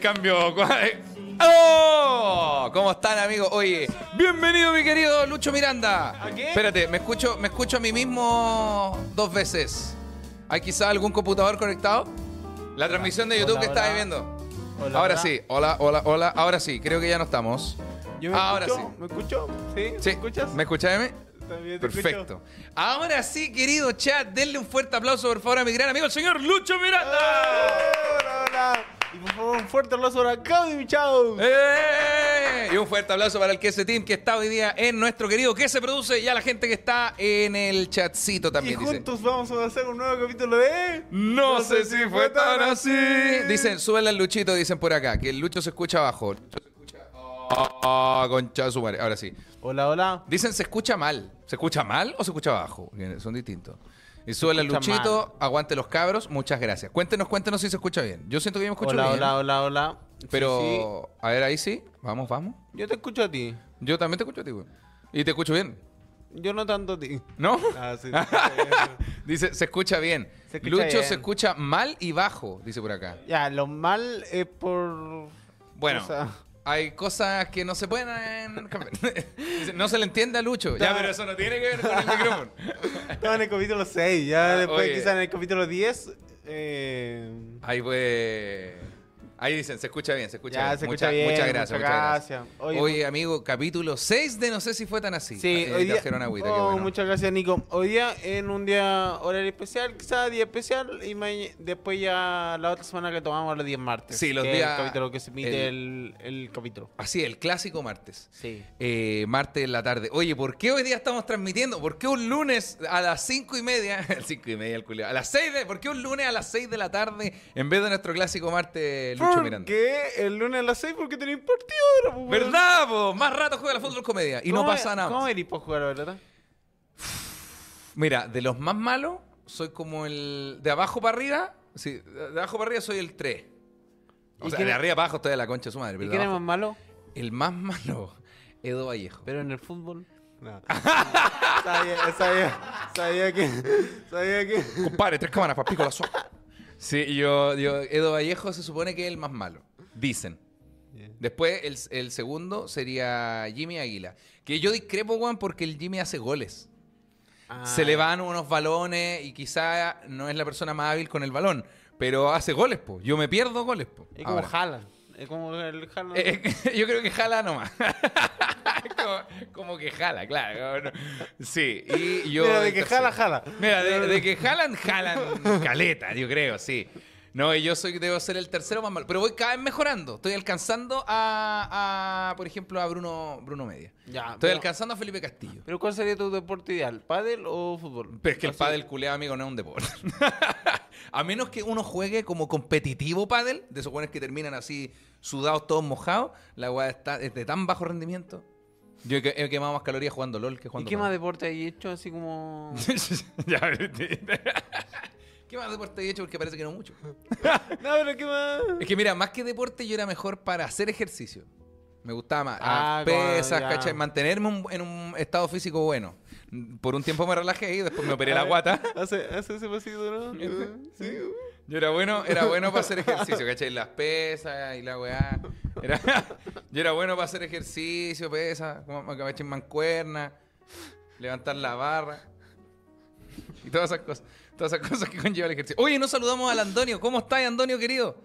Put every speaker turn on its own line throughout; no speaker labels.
cambio. ¡Aló! ¿Cómo están, amigos? Oye, bienvenido, mi querido Lucho Miranda.
¿A qué?
Espérate, me escucho, me escucho a mí mismo dos veces. ¿Hay quizá algún computador conectado? La transmisión de YouTube
Hola,
que
hola.
estáis viendo.
Hola,
ahora
hola.
sí, hola, hola, hola. Ahora sí, creo que ya no estamos.
Yo me
ahora
escucho,
sí.
¿Me escucho? ¿Sí? ¿Me
Sí,
escuchas?
¿Me escuchás, Emi?
También te
Perfecto.
escucho.
Ahora sí, querido chat, denle un fuerte aplauso, por favor, a mi gran amigo, el señor Lucho
¡Eh!
Miranda.
Hola, hola. Y por favor, un fuerte abrazo para Claudio Chao.
¡Eh! Y un fuerte aplauso para el Kese Team que está hoy día en nuestro querido Que se produce y a la gente que está en el chatcito
Y
también. dice.
juntos vamos a hacer un nuevo capítulo de.
No sé si fue tan así. Dicen, súbele al Luchito, dicen por acá, que el Lucho se escucha abajo. El Lucho se escucha. Ah, concha de su madre. Ahora sí.
Hola, hola.
Dicen, se escucha mal. ¿Se escucha mal o se escucha abajo? Porque Son distintos. Y súbele al
escucha
Luchito, aguante los cabros, muchas gracias. Cuéntenos, cuéntenos si se escucha bien. Yo siento que yo me escucho
Hola,
bien.
hola, hola, hola. Sí, sí.
Pero, a ver, ahí sí. Vamos, vamos.
Yo te escucho a ti.
Yo también te escucho a ti, güey. Y te escucho bien.
Yo no tanto a ti.
¿No?
Ah, sí. te escucho bien.
Dice, se escucha bien.
Se escucha
Lucho
bien.
se escucha mal y bajo, dice por acá.
ya, lo mal es por.
Bueno,
o sea,
hay cosas que no se pueden cambiar. Dice, no se le entiende a Lucho. Ya,
Claro.
pero eso no tiene que ver con el micrófono.
estaba en el capítulo 6. Ya
Ah,
después,
oye.
quizás en el capítulo 10. Eh.
Ahí pues... Ahí dicen, se escucha bien, se escucha
Ya,
bien.
se escucha
Mucha-
bien,
Muchas gracias,
muchas
muchas gracias.
gracias.
Oye,
Oye,
amigo, capítulo 6 de No sé si fue tan así.
Sí,
Eh,
hoy día.
trajeron agüita, qué
Oh,
bueno.
Muchas gracias, Nico. Hoy día en un día horario especial, quizás día especial, y ma- después ya la otra semana que tomamos los días martes.
Sí, los
que es
días-
El capítulo que se emite el, el capítulo.
Así, el clásico martes.
Sí.
Eh, martes en la tarde. Oye, ¿por qué hoy día estamos transmitiendo? ¿Por qué un lunes a las cinco y media? cinco y media el culiao. A las 6 de. ¿Por qué un lunes a las 6 de la tarde en vez de nuestro clásico martes Lucho Miranda?
Porque el lunes a las 6 porque tenéis partido ahora, pues, weón.
¿Verdad, po? Más rato juega la fútbol comedia y no
¿Cómo-
pasa nada.
¿Cómo
más.
venís para jugar, verdad?
Mira, de los más malos, soy como el. De abajo para arriba. Sí, de abajo para arriba soy el 3. O
¿Y
sea,
quién
de
es-
arriba para abajo estoy de la concha de su madre.
¿Y
pero
quién
de
es más
abajo.
malo?
El más malo, Edo Vallejo.
Pero en el fútbol. No. sabía, sabía, sabía que. Sabía que.
Compadre, tres cámaras para pico la suave. Sí, yo, yo, Edo Vallejo se supone que es el más malo. Dicen. Después, el, el segundo sería Jimmy Águila. Que yo discrepo, Juan, porque el Jimmy hace goles.
Ah.
Se le van unos balones y quizá no es la persona más hábil con el balón. Pero hace goles, po. Yo me pierdo goles, po.
Es como
Ahora.
Jalan. Es como el Jalan.
Eh, eh, yo creo que jala nomás. como, como que jala, claro. no. Sí, y yo.
Mira, de que
entonces-
jala, jala.
Mira, de, de que jalan, jalan caleta, yo creo, sí. No, y yo soy, debo ser el tercero más malo. Pero voy cada vez mejorando. Estoy alcanzando a, a, por ejemplo, a Bruno, Bruno Media.
Ya,
Estoy
pero-
alcanzando a Felipe Castillo.
¿Pero cuál sería tu deporte ideal? ¿Pádel o fútbol?
Pero es que el
Así-
pádel culeado, amigo, no es un deporte. a menos que uno juegue como competitivo pádel, de esos buenos que terminan así sudados, todos mojados, la weá está es de tan bajo rendimiento. Yo he, que- he quemado más calorías jugando LOL que
¿Y
jugando
qué más
pádel.
deporte hay hecho? Así como...
Ya, ¿Qué más deporte he hecho? Porque parece que no mucho.
no, pero ¿qué más?
Es que mira, más que deporte yo era mejor para hacer ejercicio. Me gustaba más.
Ah,
las pesas,
como, ya.
¿cachai? Mantenerme un- en un estado físico bueno. Por un tiempo me relajé y después me operé la guata.
Hace, hace ese pasito, ¿no? sí. uh.
Yo era bueno, era bueno para hacer ejercicio, ¿cachai? Las pesas y la weá. Era- yo era bueno para hacer ejercicio, pesas, como como ¿cachai? mancuerna, levantar la barra. Y todas esas cosas. Todas esas cosas que conlleva el ejercicio. Oye, nos saludamos al Antonio. ¿Cómo estás, Antonio, querido?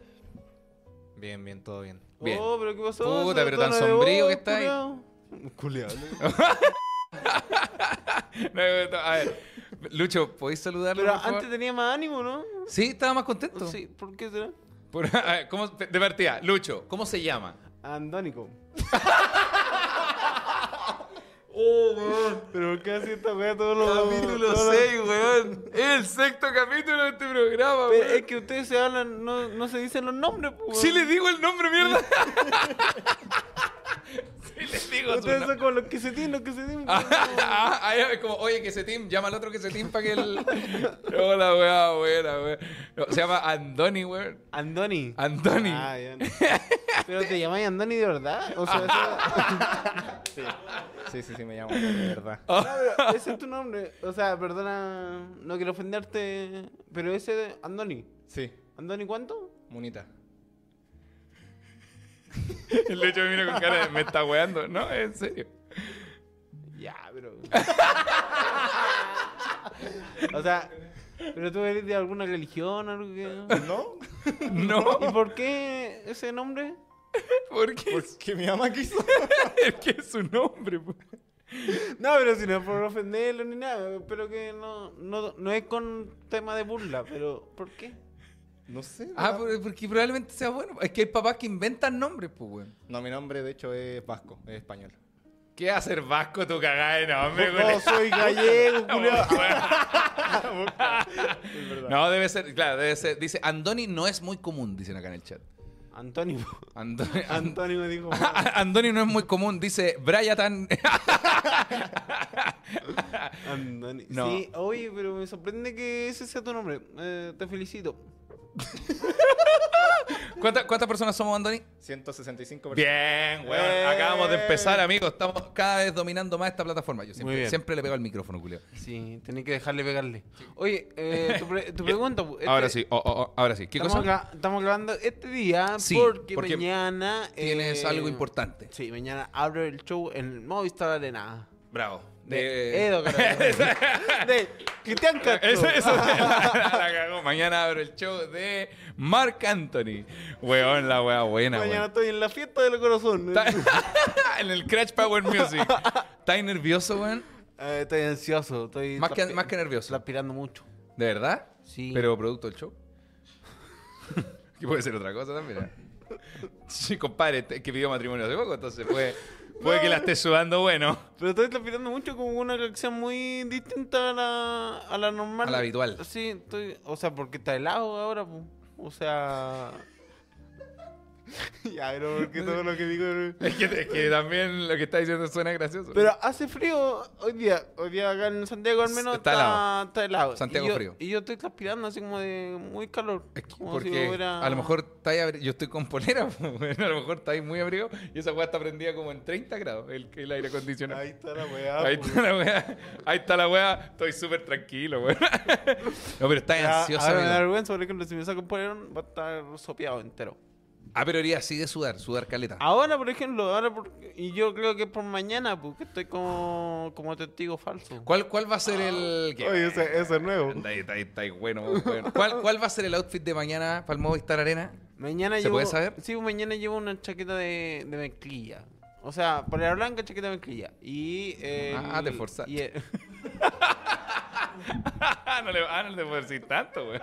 Bien, bien, todo bien.
Bien.
Oh, pero ¿qué pasó?
Puta,
Ese
pero tan
tono de
sombrío
voz,
que está ahí.
culiao. Culiao.
No, no, no, a ver. Lucho, ¿podéis saludarlo?
Pero
por favor?
antes tenía más ánimo, ¿no?
Sí, estaba más contento.
Sí, ¿por qué será?
Por- a ver, ¿cómo- de partida, Lucho, ¿cómo se llama?
Andónico. oh, weón. Pero ¿por qué así esta weá todos los... todos los-
weón. Es el sexto capítulo de este programa,
Pero es que ustedes se hablan, no, no se dicen los nombres, pues.
Si les digo el nombre, mierda. Si les digo su
Ustedes
nombre.
son como los que se tienen, los que se tienen. pues.
Ah, ah, ah, es como, oye, que se team, llama al otro que se team para que el. Hola, weá, buena, weá. No, se llama Andoni, weón.
Andoni.
Andoni.
Ah, ya. Pero te llamáis Andoni de verdad. O sea,
Sí, sí, sí, sí, me llamo, de verdad.
ese,
Ah.
no, pero ese es tu nombre. O sea, perdona, no quiero ofenderte, pero ese Andoni.
Sí,
¿Andoni cuánto?
Munita.
El Lucho me mira con cara de, me está weando. No, en serio.
Ya, pero. o sea, ¿pero tú eres de alguna religión o algo que.?
¿No?
No,
¿Y por qué ese nombre?
¿por qué?
Porque mi mamá quiso.
Es que es su nombre. po.
No, pero si no es por ofenderlo ni nada. Pero que no, no, no es con tema de burla, pero ¿por qué?
No sé.
Ah,
¿verdad?
por- porque probablemente sea bueno. Es que hay papás que inventan nombres, pues, weón.
No, mi nombre de hecho es vasco, es español.
¿Qué hacer vasco tu cagada de nombre,
No, soy gallego, culiao.
Es verdad.
Ah, No, debe ser, claro, debe ser. Dice, Andoni no es muy común, dicen acá en el chat.
Antonio.
Andoni, An-
Antonio me dijo.
Andoni no es muy común, dice Brayatan.
Andoni.
No.
Sí, oye, pero me sorprende que ese sea tu nombre. Eh, te felicito.
¿Cuánta- ¿Cuántas personas somos, Andoni?
165 personas.
Bien, weón. Acabamos de empezar, amigos. Estamos cada vez dominando más esta plataforma. Yo
Muy
siempre,
bien.
siempre le pego al micrófono, Julio.
Sí, tenés que dejarle pegarle. Oye, eh, tu, pre- tu pregunta. pu, este-
Ahora sí, oh, oh, oh, ahora sí. ¿Qué
estamos,
cosa?
gra- estamos grabando este día
Sí,
porque,
porque
mañana.
Tienes
eh,
algo importante.
Sí, mañana abro el show en el Movistar Arena.
Bravo.
De
De-
Edo Carola. De Cristian Castro.
Eso, eso. la cagó. Mañana abro el show de Mark Anthony. Weón, la wea buena,
Mañana
weón.
estoy en la fiesta del corazón.
Está- en el Crash Power Music. ¿Estás nervioso, weón?
Eh, estoy ansioso. Estoy
Más que-
transpi-
más que nervioso.
Transpirando mucho.
¿De verdad?
Sí.
Pero producto del show. que puede ser otra cosa también. ¿eh? Sí, compadre, te- que pidió matrimonio hace poco, entonces puede, puede que la esté sudando bueno.
Pero estoy transpirando mucho con una reacción muy distinta a la, a la normal.
A la habitual.
Sí, estoy. O sea, porque está helado ahora, pu. O sea. ya, pero porque todo lo que digo.
Es que, es que también lo que está diciendo suena gracioso.
Pero hace frío hoy día. Hoy día acá en Santiago al menos
Está
está,
helado.
está helado.
Santiago
y yo,
frío.
Y yo estoy transpirando así como de muy calor.
Es que
como si
porque
hubiera-
a lo mejor está ahí abri- yo estoy con polera, po, weón. a lo mejor está ahí muy abrigo y esa weá está prendida como en 30 grados, el, el aire acondicionado.
Ahí está pues. la weá.
Ahí
pu.
está la weá, ahí está la weá, estoy súper tranquilo, weón. No, pero está
Ya,
ansiosa.
Ahora me da
amigo.
vergüenza, por ejemplo, si me saco un polerón, va a estar sopeado entero.
Ah, pero iría así de sudar, sudar caleta.
Ahora, por ejemplo, ahora por- y yo creo que por mañana, porque estoy como, como testigo falso.
¿Cuál, ¿Cuál va a ser el...? qué
Oye, ese, ese es nuevo.
Está ahí, está ahí, está ahí, bueno, bueno. ¿Cuál, ¿Cuál va a ser el outfit de mañana para el Movistar Arena?
Mañana
¿Se
llevo,
puede saber?
Sí, pues, mañana llevo una chaqueta de, de mezclilla. O sea, polera blanca, chaqueta de mezclilla. Y. eh,
Ah,
el-
te forzaste.
y el-
Ah, no le, ah, no le puedo decir tanto, güey.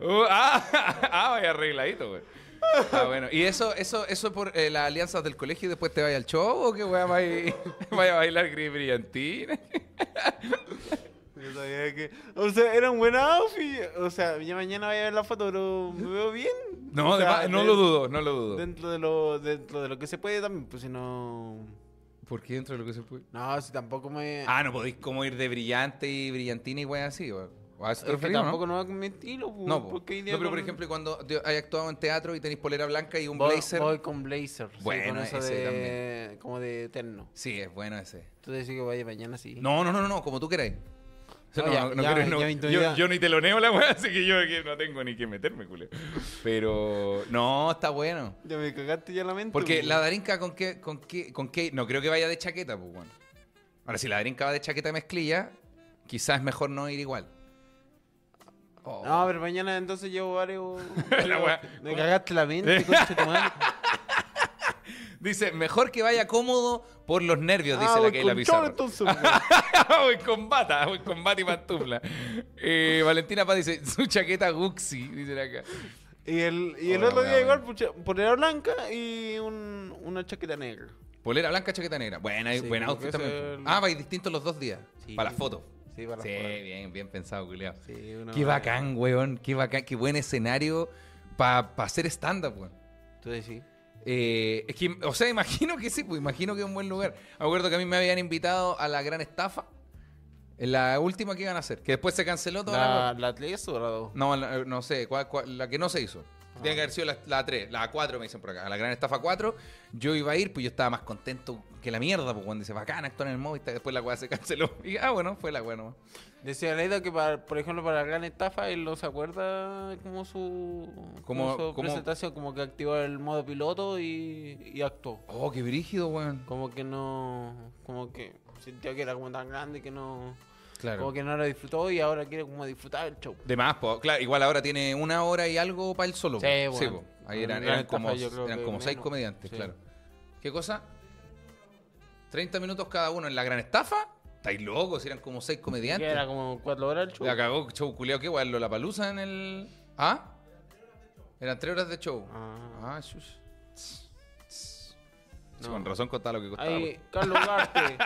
Uh, ah, ah, vaya arregladito, güey. Ah, bueno. ¿Y eso eso, eso por eh, las alianzas del colegio y después te vaya al show o que weá, vaya, vaya a bailar gris brillantina?
Yo sabía que- O sea, era un buen outfit. O sea, ya mañana voy a ver la foto, pero me veo bien.
No,
O sea,
además, no
de-
lo dudo, no lo dudo.
Dentro de lo, dentro de lo que se puede también, pues si no.
¿Por qué dentro de lo que se puede?
No, si tampoco me.
Ah, no podéis como ir de brillante y brillantina y weá así, güey. ¿A eso
Es
te
que
referís, o no?
tampoco no va con mi estilo, pu,
No, po.
porque hoy día
No, pero por
con-
ejemplo, cuando te- hay actuado en teatro y tenéis polera blanca y un
voy,
blazer.
voy con blazer. sí,
Bueno,
con eso
ese
de, como de terno.
Sí, es bueno ese.
Tú decís que vaya mañana sí.
No, no, no, no, no, como tú queráis.
No,
No,
ya,
no, no
ya,
creo, no.
ya me
yo,
intuí ya.
yo ni teloneo la weá, así que yo aquí no tengo ni que meterme, culero. Pero no, está bueno.
Ya me cagaste ya la mente.
Porque
pu.
la Darinka con qué, con qué, con qué, no creo que vaya de chaqueta, pues bueno. Ahora, si la Darinka va de chaqueta de mezclilla, quizás es mejor no ir igual. Oh.
No, pero mañana entonces llevo varios.
La wea.
me cagaste la mente, concha tu madre.
Dice, mejor que vaya cómodo por los nervios, dice
Ah,
la
voy
Keila
con
Pizarro.
chor, entonces, wea.
Ah, Voy con bata, voy con bata y pantufla. Eh, Valentina Paz dice, su chaqueta Guxi, dicen acá.
y el, y el
Hola,
otro
wea,
día igual, pucha, polera blanca y un, una chaqueta negra.
Polera blanca, chaqueta negra. Buena,
Sí,
buen outfit
porque
también.
es el-
Ah, vais distintos los dos días.
Sí.
Para las fotos.
Sí, para las
Sí,
fotos.
bien, bien pensado, culiao.
Sí, una
qué
wea.
bacán, weón. Qué bacán, qué buen escenario para hacer stand-up, weón.
Tú decís.
Eh, es que, o sea, imagino que sí, pues imagino que es un buen lugar. Me acuerdo que a mí me habían invitado a la gran estafa. En la última que iban a hacer. Que después se canceló toda la...
¿La, la tres o la dos?
No, la- eh, no sé, ¿cuál- cuál- la que no se hizo. Tiene que haber sido la, la 3, la 4 me dicen por acá. A la gran estafa 4, yo iba a ir, pues yo estaba más contento que la mierda, pues, cuando dice, bacán, actuar en el Movistar, después la weá se canceló. Y ah, bueno, fue la weá nomás.
Decía Leida que, para, por ejemplo, para la gran estafa, él no se acuerda como su,
Como-
como su
como-
presentación, como que activó el modo piloto y, y actuó.
Oh, qué brígido, weón.
Como que no. Como que sintió que era como tan grande que no.
Claro.
Como que no lo disfrutó y ahora quiere como disfrutar el show.
De más, pues, claro, igual ahora tiene una hora y algo para él solo.
Sí,
pues.
bueno.
pues. Ahí eran,
Gran
eran como,
estafa, yo creo
eran
que
como seis
menos.
comediantes,
Sí.
claro. ¿Qué cosa? 30 minutos cada uno en la gran estafa. ¿Estáis locos? Eran como seis
Que
comediantes.
era como cuatro horas el show.
La cagó show culiao, qué weón, la palusa en el. ¿Ah? Eran tres horas de show.
Ah.
Ah, shush. Tss, tss. Sí, Con razón contaba lo que costaba. pues.
Ahí, Carlos Ugarte.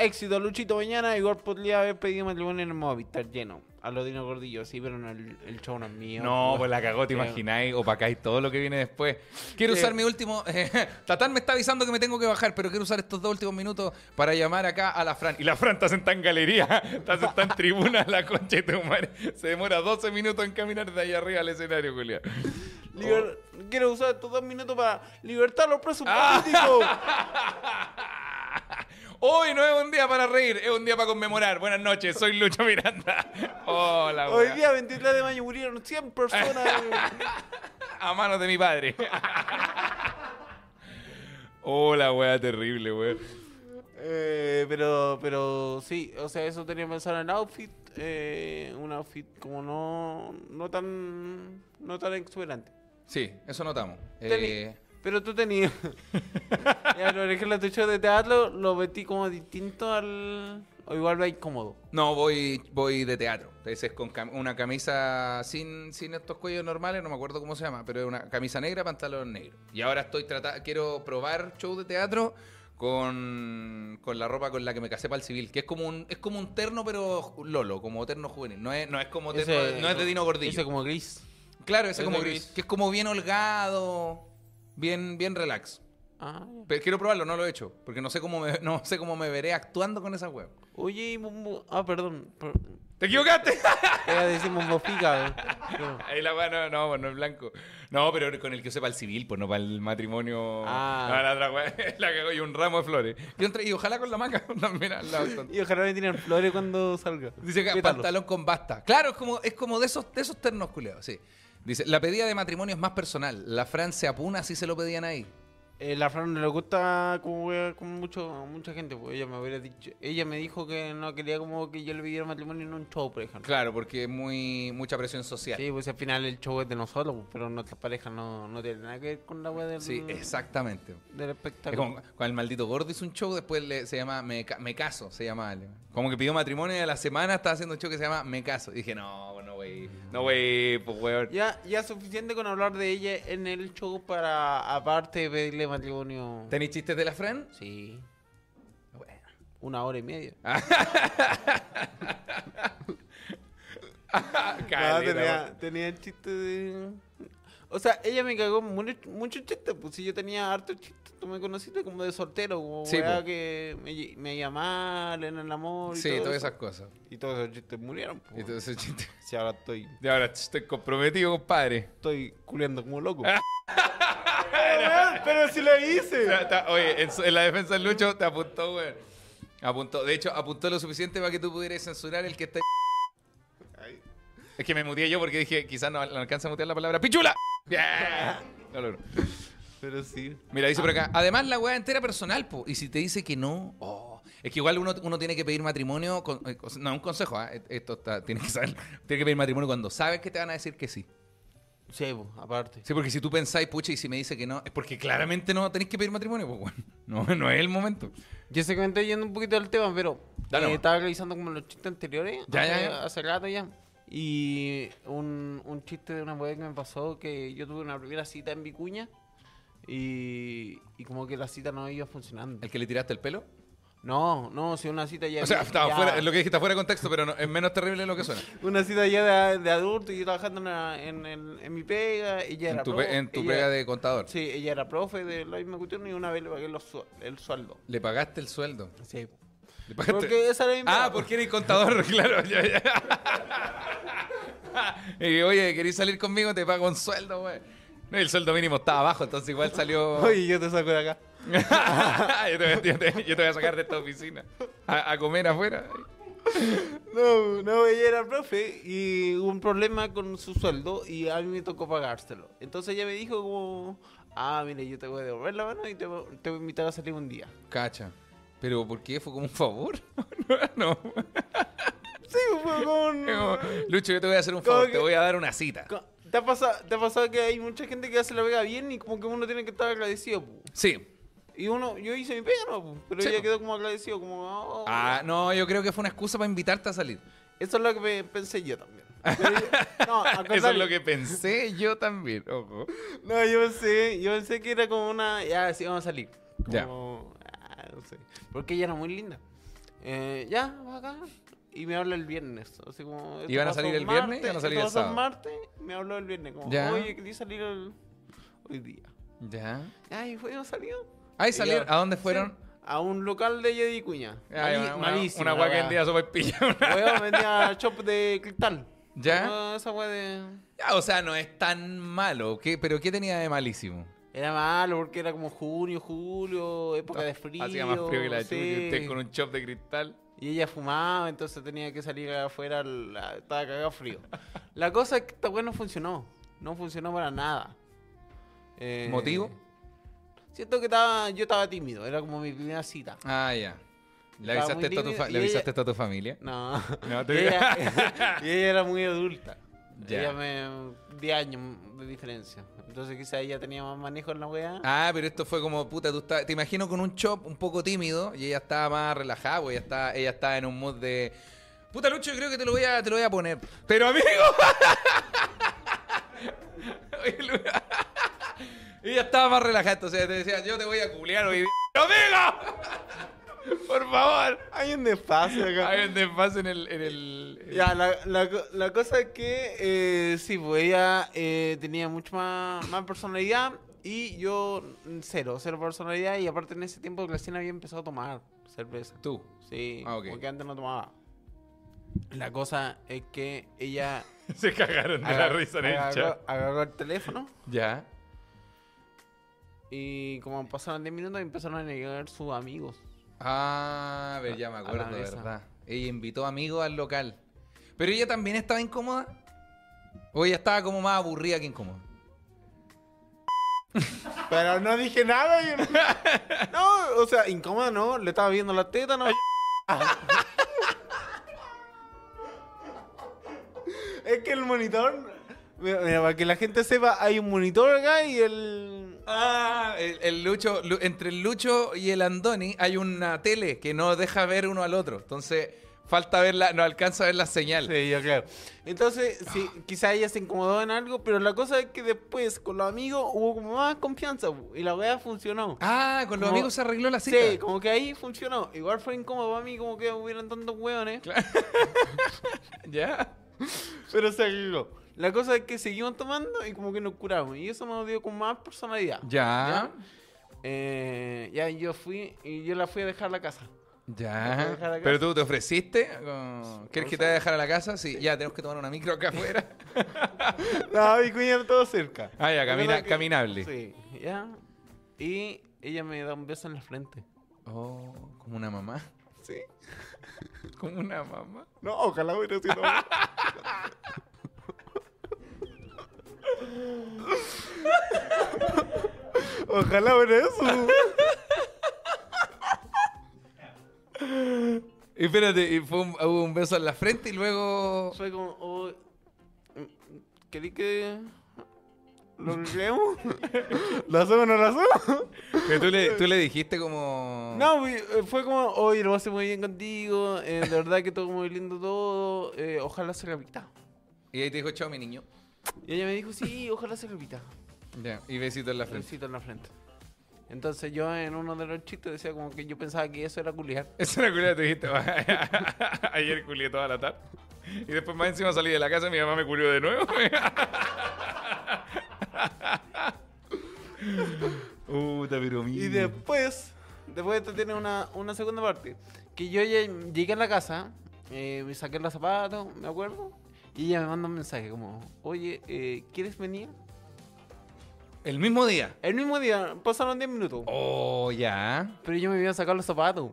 Éxito, Luchito mañana. Igual podría haber pedido matrimonio en el Movistar lleno. A los Dino Gordillo, sí, pero no, el, el show no es mío.
No, pues la cagó, te
Sí.
imagináis, opacáis todo lo que viene después. Quiero
Sí.
usar mi último. Tatán me está avisando que me tengo que bajar, pero quiero usar estos dos últimos minutos para llamar acá a la Fran. Y la Fran está sentada en galería, está sentada en tribuna, la concha de tu madre. Se demora 12 minutos en caminar de ahí arriba al escenario, Julián.
Liber- Quiero usar estos dos minutos para libertar los presos políticos.
Hoy no es un día para reír, es un día para conmemorar. Buenas noches, soy Lucho Miranda. Hola,
Hoy día, 23 de mayo, murieron 100 personas.
a manos de mi padre. Hola, wea, terrible, wea.
Eh, pero, pero sí, o sea, eso tenía que pensar en outfit. eh, un outfit como no, no tan no tan exuberante.
Sí, eso notamos. Eh,
Tení- Pero tú tenías. ya, pero por ejemplo, tu show de teatro lo metí como distinto al. O igual va incómodo.
No, voy, voy de teatro. Entonces, con cam- una camisa sin, sin estos cuellos normales, no me acuerdo cómo se llama, pero es una camisa negra, pantalón negro. Y ahora estoy tratando, quiero probar show de teatro con, con la ropa con la que me casé para el civil, que es como un, es como un terno, pero ju- lolo, como terno juvenil. No es, no es como terno, de- no es de Dino Gordillo.
Ese como gris.
claro, ese
ese
como
gris.
gris, que es como bien holgado, bien, bien relax.
Ah, ya.
Pero quiero probarlo, no lo he hecho, porque no sé cómo me, no sé cómo me veré actuando con esa web.
Oye, y Mumbo- Ah, perdón. per-
¡Te equivocaste!
Iba a decir Mumbo Fica, pero-
Ahí la weá no, no, pues, no es blanco. No, pero con el que use para el civil, pues no para el matrimonio.
Ah.
No, la otra weá, la cagó y un ramo de flores. Y, un tra- y ojalá con la maca también al lado. tonto.
Y ojalá me tiren flores cuando salga.
Dice que
Pétalos.
pantalón con basta. Claro, es como, es como de esos, de esos ternos culeados, sí. Dice, la pedida de matrimonio es más personal. La Fran se apuna si se lo pedían ahí.
Eh, la Fran no le gusta como wea con mucho, mucha gente, pues ella me hubiera dicho, ella me dijo que no quería como que yo le pidiera matrimonio en un show, por ejemplo.
Claro, porque es muy, mucha presión social.
Sí, pues al final el show es de nosotros, pues, pero nuestra pareja no, no tiene nada que ver con la wea del,
Sí, exactamente.
del
Es
espectáculo.
como, con el maldito gordo hizo un show, después le- se llama me, Ca- Me caso, se llama. el- Como que pidió matrimonio y a la semana estaba haciendo un show que se llama Me caso. Y dije, no, no güey, no güey, pues weón.
Ya, ya suficiente con hablar de ella en el show para aparte pedirle matrimonio.
¿Tenéis chistes de la Fran?
Sí,
Bueno.
una hora y media.
Caleta,
no,
weón.
tenía, tenía el chiste de... O sea, ella me cagó mucho- muchos chistes, pues si yo tenía harto chiste, tú me conociste como de soltero, como
Sí,
weá
po.
que me, ll- me llamaron en el amor y
Sí,
todo
todas
eso.
esas cosas.
Y todos esos chistes murieron, pues.
Y todo ese chiste.
Si ahora estoy,
Y ahora estoy comprometido, compadre.
estoy culeando como loco. Pero si lo hice.
Ta- ta- Oye, en, su- en la defensa del Lucho te apuntó, weón. Apuntó, de hecho, apuntó lo suficiente para que tú pudieras censurar el que está. Es que me muteé yo porque dije, quizás no, no alcanza a mutear la palabra. ¡Pichula! Bien. No logro.
Pero sí.
Mira, dice por acá. Además, la weá entera personal, po. Y si te dice que no, oh. Es que igual uno, uno tiene que pedir matrimonio. con- eh, cos- no, un consejo, ¿ah? Esto está, tienes que saber. Tienes que pedir matrimonio cuando sabes que te van a decir que sí.
Sí, po, aparte.
Sí, porque si tú pensáis, pucha, y si me dice que no, es porque claramente no tenéis que pedir matrimonio, pues, weón. No, no es el momento.
Yo sé que me estoy yendo un poquito del tema, pero
Dale,
eh,
man.
estaba revisando como los chistes anteriores.
Ya,
hace,
ya, ya.
hace rato ya. Y un, un chiste de una mujer que me pasó que yo tuve una primera cita en Vicuña y, y como que la cita no iba funcionando.
¿El que le tiraste el pelo?
No, no, si una cita ya.
O sea, estaba
ya-
fuera, lo que dije está fuera de contexto, pero no- es menos terrible de lo que suena.
Una cita ya de, de adulto y yo trabajando en, la- en, en- en mi pega. Ella
En
era
tu,
profe,
pe- en tu
ella-
pega de contador.
Sí, ella era profe de la misma cuestión y una vez le pagué los su- el sueldo.
Le pagaste el sueldo.
Sí.
Le pagaste-
Porque esa era mi
Ah,
pega.
porque eres contador, claro. ya, ya. y que, oye, ¿querés salir conmigo? Te pago un sueldo, güey. No, y el sueldo mínimo estaba abajo, entonces igual salió.
Oye, yo te saco de acá.
yo, te, voy- yo te- yo te voy a sacar de esta oficina. A, a comer afuera.
No, no, ella era profe y hubo un problema con su sueldo y a mí me tocó pagárselo. Entonces ella me dijo como, ah, mire, yo te voy a devolver la mano y te, vo- te voy a invitar a salir un día.
Cacha. Pero ¿por qué? ¿Fue como un favor? no.
Sí, fue
Es pues, como,
con...
Lucho, yo te voy a hacer un
Como
favor,
que-
te voy a dar una cita.
con- ¿Te ha, pasado, ¿Te ha pasado que hay mucha gente que hace la pega bien y como que uno tiene que estar agradecido? po?
Sí.
Y uno, yo hice mi pega, ¿no? po? Pero
Sí,
ella
po.
quedó como agradecido, como... "Oh".
Ah, no, yo creo que fue una excusa para invitarte a salir.
Eso es lo que me- pensé yo también. Pero yo- no, al
Eso es
contrario.
lo que pensé yo también. Ojo.
No, yo pensé, yo pensé que era como una. Ya, sí, vamos a salir.
Ya.
Como, ah, no sé. Porque ella era muy linda. Eh, ya, va acá. Y me habla el viernes. Así como. esto
¿Iban a
pasó
salir el
martes,
viernes? ¿Iban a salir
esto
el
pasó
sábado?
martes, me habló el viernes. Como,
Ya.
oye, quería salir el- hoy día.
Ya.
Ay, fuimos salidos.
Ahí
Y
salieron.
yo-
¿A dónde
sí,
fueron?
a un local de Yedi Cuña.
Ay,
Mali-
una- una-
malísimo,
Una
la
guagua que
weá.
vendía sopa y pillo.
Weón, vendía shop de cristal.
¿Ya?
Como esa weá de.
Ya, o sea, no es tan malo. ¿Qué- ¿Pero qué tenía de malísimo?
Era malo porque era como junio, julio, época de frío.
Hacía más frío que la
sí.
chucha. y Usted con un chop de cristal.
Y ella fumaba, entonces tenía que salir afuera, la- estaba cagado frío. La cosa es que esta weá no funcionó. No funcionó para nada. Eh,
¿Motivo?
Siento que estaba, yo estaba tímido, era como mi primera cita.
Ah, ya. ¿Le
Estaba
avisaste,
muy
esto a tu,
tímido
fa-
y
¿le
ella-
avisaste esto a tu familia?
No.
No,
y,
te-
ella, y ella era muy adulta.
Ya.
Ella me. 10 años de diferencia. Entonces quizá ella tenía más manejo en la weá.
Ah, pero esto fue como, puta, tú estás, te imagino con un chop un poco tímido y ella estaba más relajada, pues, ella estaba, ella estaba en un mood de, puta Lucho, yo creo que te lo voy a, te lo voy a poner. Pero amigo, Oye, Lu- ella estaba más relajada, entonces te decía, yo te voy a culear hoy día. ¡Pero, amigo, por favor,
Hay un despacio acá.
hay un desfase en el, en el-
Ya, la, la co- la cosa es que, eh, sí, pues ella eh, tenía mucho más, más personalidad y yo mm, cero, cero personalidad y aparte en ese tiempo recién había empezado a tomar cerveza.
tú.
Sí,
Ah, ok.
porque antes no tomaba. La cosa es que ella
Se cagaron de la
agar-
risa en el
agarró,
chat.
agarró el teléfono
Ya.
y como pasaron 10 minutos empezaron a negar sus amigos.
Ah, a ver, ya me
A la
acuerdo,
mesa.
¿verdad? Ella invitó amigos al local. ¿Pero ella también estaba incómoda? ¿O ella estaba como más aburrida que incómoda?
Pero no dije nada. yo no... No, o sea, incómoda no, le estaba viendo la teta, no. es que el monitor. Mira, mira, para que la gente sepa, hay un monitor acá y el.
Ah, el, el Lucho, Lu- entre el Lucho y el Andoni hay una tele que no deja ver uno al otro. Entonces, falta verla, no alcanza a ver la señal.
Sí, yo creo. Entonces, sí, quizá ella se incomodó en algo, pero la cosa es que después con los amigos hubo como más confianza bu, y la wea funcionó.
Ah, con los
Como-
amigos se arregló la
Sí,
cita.
como que ahí funcionó. Igual fue incómodo para mí, como que hubieran tantos hueones.
¿Ya?
Pero se arregló. La cosa es que seguimos tomando y como que nos curamos. Y eso nos dio con más personalidad.
Ya.
Eh, ya yo fui y yo la fui a dejar a la casa. ¿Me puedes
Ya.
dejar acá?
Pero tú te ofreciste. como, ¿Quieres que te vaya a dejar a la casa? Sí, ya, tenemos que tomar una micro acá afuera.
No, mi cuña era todo cerca.
Ah, ya,
La
camina-
cosa que-
caminable.
Sí, ya. Y ella me da un beso en la frente.
Oh, como una mamá.
Sí.
Como una mamá.
No, ojalá hubiera sido. ojalá hubiera eso.
Y espérate, y fue un, hubo un beso en la frente y luego.
Fue como, oh, mm, ¿querí que lo creemos? ¿Lo hacemos o no lo hacemos?
Pero tú le, tú le dijiste como.
No, güey, eh, fue como, oye, lo pasé muy bien contigo, eh, de verdad que todo muy lindo todo, eh, ojalá se repita.
Y ahí te dijo, chao, mi niño.
Y ella me dijo, sí, ojalá se repita.
Ya, y besito en la frente.
Besito en la frente. Entonces yo en uno de los chistes decía como que yo pensaba que eso era culiar.
Esa era culia que te dijiste. Ayer culié toda la tarde. Y después más encima salí de la casa y mi mamá me culió de nuevo. Puta, pero
Y después, después esto tiene una, una segunda parte. Que yo ya llegué a la casa, eh, me saqué los zapatos, me acuerdo, y ella me manda un mensaje como, oye, eh, ¿quieres venir?
El mismo día.
El mismo día, pasaron 10 minutos.
Oh, ya.
Pero yo me iba a sacar los zapatos.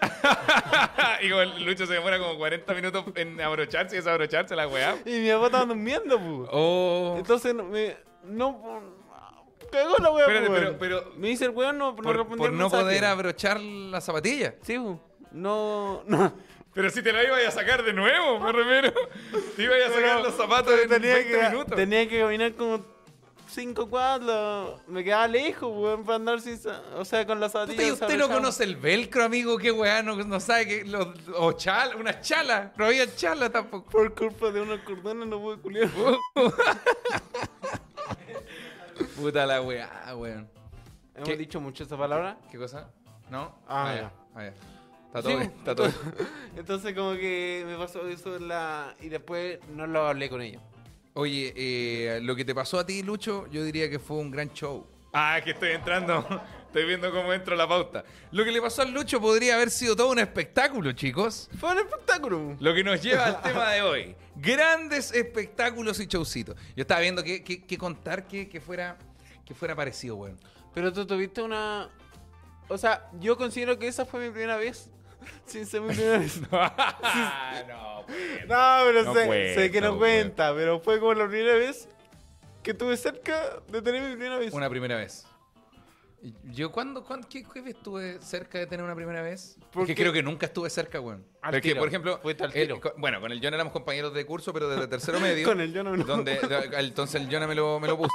y como el Lucho se demora como 40 minutos en abrocharse y desabrocharse la weá.
Y mi papá estaba durmiendo, pu.
Oh.
Entonces, no, me, no pu, cagó la weá, pu,
Espérate,
weón.
pero- pero-
Me dice el weón, no, no
Por,
respondió
por
el
no
mensaje.
poder abrochar la zapatilla.
Sí, pu. No, no.
Pero si te la ibas a sacar de nuevo, Romero. Te ibas a sacar los zapatos en
Tenía
20
que,
minutos.
tenía que caminar como 5 cuadras. Me quedaba lejos, weón, para andar sin... za- O sea, con la zapatilla.
Puta, y usted no
desabrochada.
conoce el velcro, amigo. Qué weá, no, no sabe que. los- o chala, una chala. No había chala tampoco.
Por culpa de unos cordones no pude culiar.
Puta la weá, weón.
Hemos
¿Qué?
dicho mucho esa palabra.
¿Qué cosa? ¿No?
Ah,
Ah, ya. Está todo
Sí,
bien, está todo bien.
Entonces como que me pasó eso en la... Y después no lo hablé con ellos.
Oye, eh, lo que te pasó a ti, Lucho, yo diría que fue un gran show. Ah, que estoy entrando. Estoy viendo cómo entro la pauta. Lo que le pasó al Lucho podría haber sido todo un espectáculo, chicos.
Fue un espectáculo.
Lo que nos lleva al tema de hoy. Grandes espectáculos y showcitos. Yo estaba viendo qué qué- qué contar que, que fuera, que fuera parecido, weón.
Pero tú tuviste una... O sea, yo considero que esa fue mi primera vez. Sin ser mi primera vez. No,
Ah, no, pues.
pero
No
sé,
cuenta,
sé que no
pues,
cuenta. Pero fue como la primera vez que estuve cerca de tener mi primera vez.
Una primera vez. Yo, ¿cuándo, cuándo qué, qué vez estuve cerca de tener una primera vez?
¿Por
Porque
qué?
creo que nunca estuve cerca, weón.
Al
Porque,
tiro.
por ejemplo,
Fuiste al
el-
tiro.
con- bueno, con el John éramos compañeros de curso, pero desde tercero medio.
Con el yo no me lo-
donde, de- entonces el Jonah me lo, me lo puso.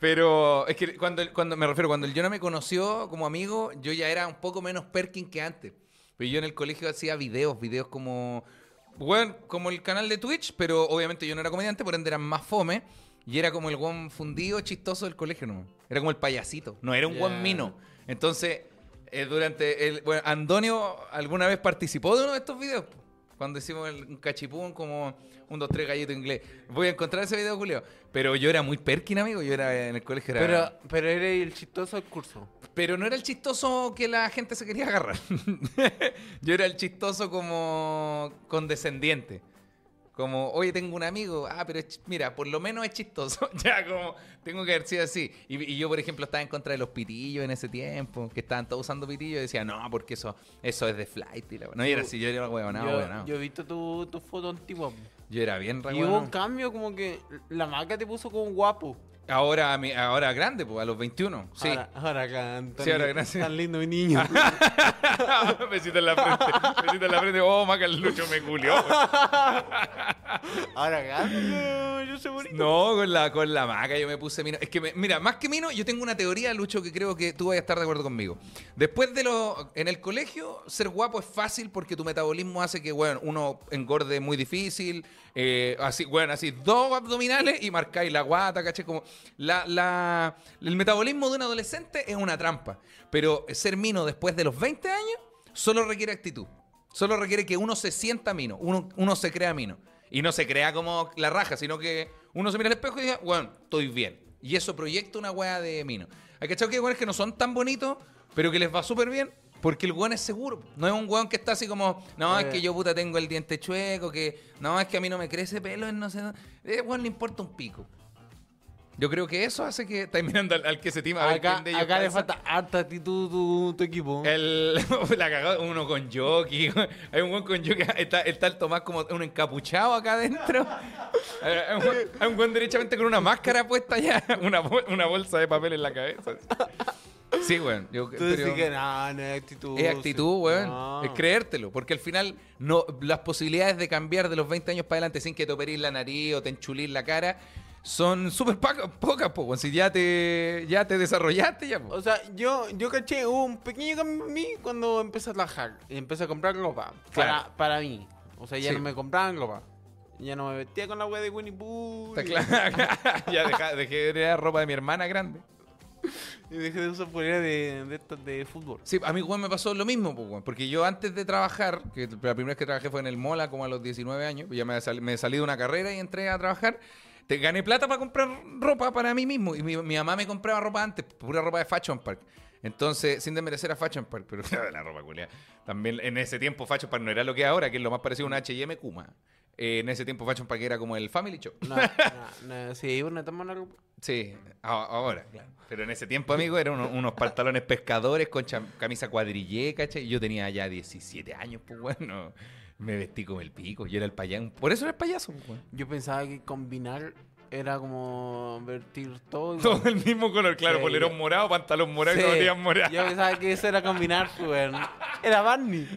Pero es que cuando, el- cuando me refiero, cuando el Jonah me conoció como amigo, yo ya era un poco menos perkin que antes. Pero yo en el colegio hacía videos, videos como. Bueno, como el canal de Twitch, pero obviamente yo no era comediante, por ende eran más fome. Y era como el guan fundido, chistoso del colegio, ¿no? Era como el payasito, no era un
Ya.
guan mino. Entonces, eh, durante el. Bueno, Antonio alguna vez participó de uno de estos videos. po. Cuando hicimos el, un cachipún como un, dos, tres gallito inglés. Voy a encontrar ese video, Julio. Pero yo era muy perkin, amigo. Yo era en el colegio. Era,
Pero, pero eres el chistoso del curso.
pero no era el chistoso que la gente se quería agarrar. Yo era el chistoso como condescendiente. Como, oye, tengo un amigo. Ah, pero es chi- mira, por lo menos es chistoso. ya, como, tengo que haber sido así. Y, y yo, por ejemplo, estaba en contra de los pitillos en ese tiempo, que estaban todos usando pitillos. Y decía, no, porque eso, eso es de flight. Y la, no, y era así, yo era huevonao,
yo,
huevonao.
yo he visto tu, tu foto antigua. po.
Yo era bien
Y hubo un
rehuevonao.
cambio como que la marca te puso como guapo.
Ahora, a mi- ahora grande, pues, a los 21. Sí.
Ahora, ahora can- tan,
Sí, ahora
li-
gracias.
tan lindo mi niño.
besito en la frente. Besito en la frente. Oh, Maca, el Lucho me culió.
ahora can- Ah, yo soy bonito.
No, con la, con la maca yo me puse mino. Es que, me- mira, más que mino, yo tengo una teoría, Lucho, que creo que tú vas a estar de acuerdo conmigo. Después de lo. En el colegio, ser guapo es fácil porque tu metabolismo hace que, bueno, uno engorde muy difícil. eh, así, bueno, así, dos abdominales y marcáis la guata, caché. Como. La, la- el metabolismo de un adolescente es una trampa. Pero ser mino después de los 20 años solo requiere actitud. Solo requiere que uno se sienta mino, uno, uno se crea mino. Y no se crea como la raja, sino que uno se mira al espejo y dice, bueno, estoy bien. Y eso proyecta una weá de mino. Hay que que hay weones que no son tan bonitos, pero que les va súper bien, porque el weón es seguro. No es un weón que está así como, no, es
Eh.
que yo puta tengo el diente chueco, que no, es que a mí no me crece pelo, en no sé dónde. Eh, weón le importa un pico. Yo creo que eso hace que. Estáis mirando al, al que se tima. a ver
Acá,
quién de ellos
acá le
calza.
falta harta actitud tu, tu equipo.
El, la cagó uno con jockey. Hay un buen con jockey. Está, está el Tomás como un encapuchado acá adentro. Hay un, buen- hay un buen derechamente con una máscara puesta ya. Una, bol- una bolsa de papel en la cabeza. Sí, weón. yo-
Tú
pero-
decís que no, no es actitud.
es actitud,
sí.
weón.
No.
Es creértelo. Porque al final, no, las posibilidades de cambiar de los 20 años para adelante sin que te operís la nariz o te enchulís la cara son súper pa- pocas, po, weón. Si ya te, ya te desarrollaste, ya, po.
O sea, yo, yo caché hubo un pequeño cambio en mí cuando empecé a trabajar. Y empecé a comprar ropa.
Claro.
Para, para mí. O sea, ya
Sí.
no me compraban ropa. Ya no me vestía con la wea de Winnie Pooh.
Está
y-
claro. ya deja- dejé de la ropa de mi hermana grande.
Y dejé de usar polera de, de estas de fútbol.
Sí, a mí weón, me pasó lo mismo, pues, weón, porque yo antes de trabajar, que la primera vez que trabajé fue en el Mola como a los 19 años, pues ya me, sal- me salí de una carrera y entré a trabajar. Te, gané plata para comprar ropa para mí mismo y mi, mi mamá me compraba ropa antes, pura ropa de Fashion Park. Entonces, sin desmerecer a Fashion Park, pero la ropa culia. También en ese tiempo Fashion Park no era lo que es ahora, que es lo más parecido a una H&M Kuma. Eh, en ese tiempo Fashion Pack era como el Family Show.
No, no, no, sí, una tan mala ropa.
Sí, a- ahora. Pero en ese tiempo, amigo, eran uno- unos pantalones pescadores con cham- camisa cuadrillé, ¿cachai? Y Yo tenía ya 17 años, pues, bueno. Me vestí como el pico. Yo era el payaso. Por eso era el payaso, pues, weón.
Yo pensaba que combinar era como vertir todo. igual.
Todo el mismo color, claro.
Sí,
polerón
yo-
morado, pantalón morado
Sí,
y zapatillas moradas.
Yo pensaba que eso era combinar, weón. Era Barney.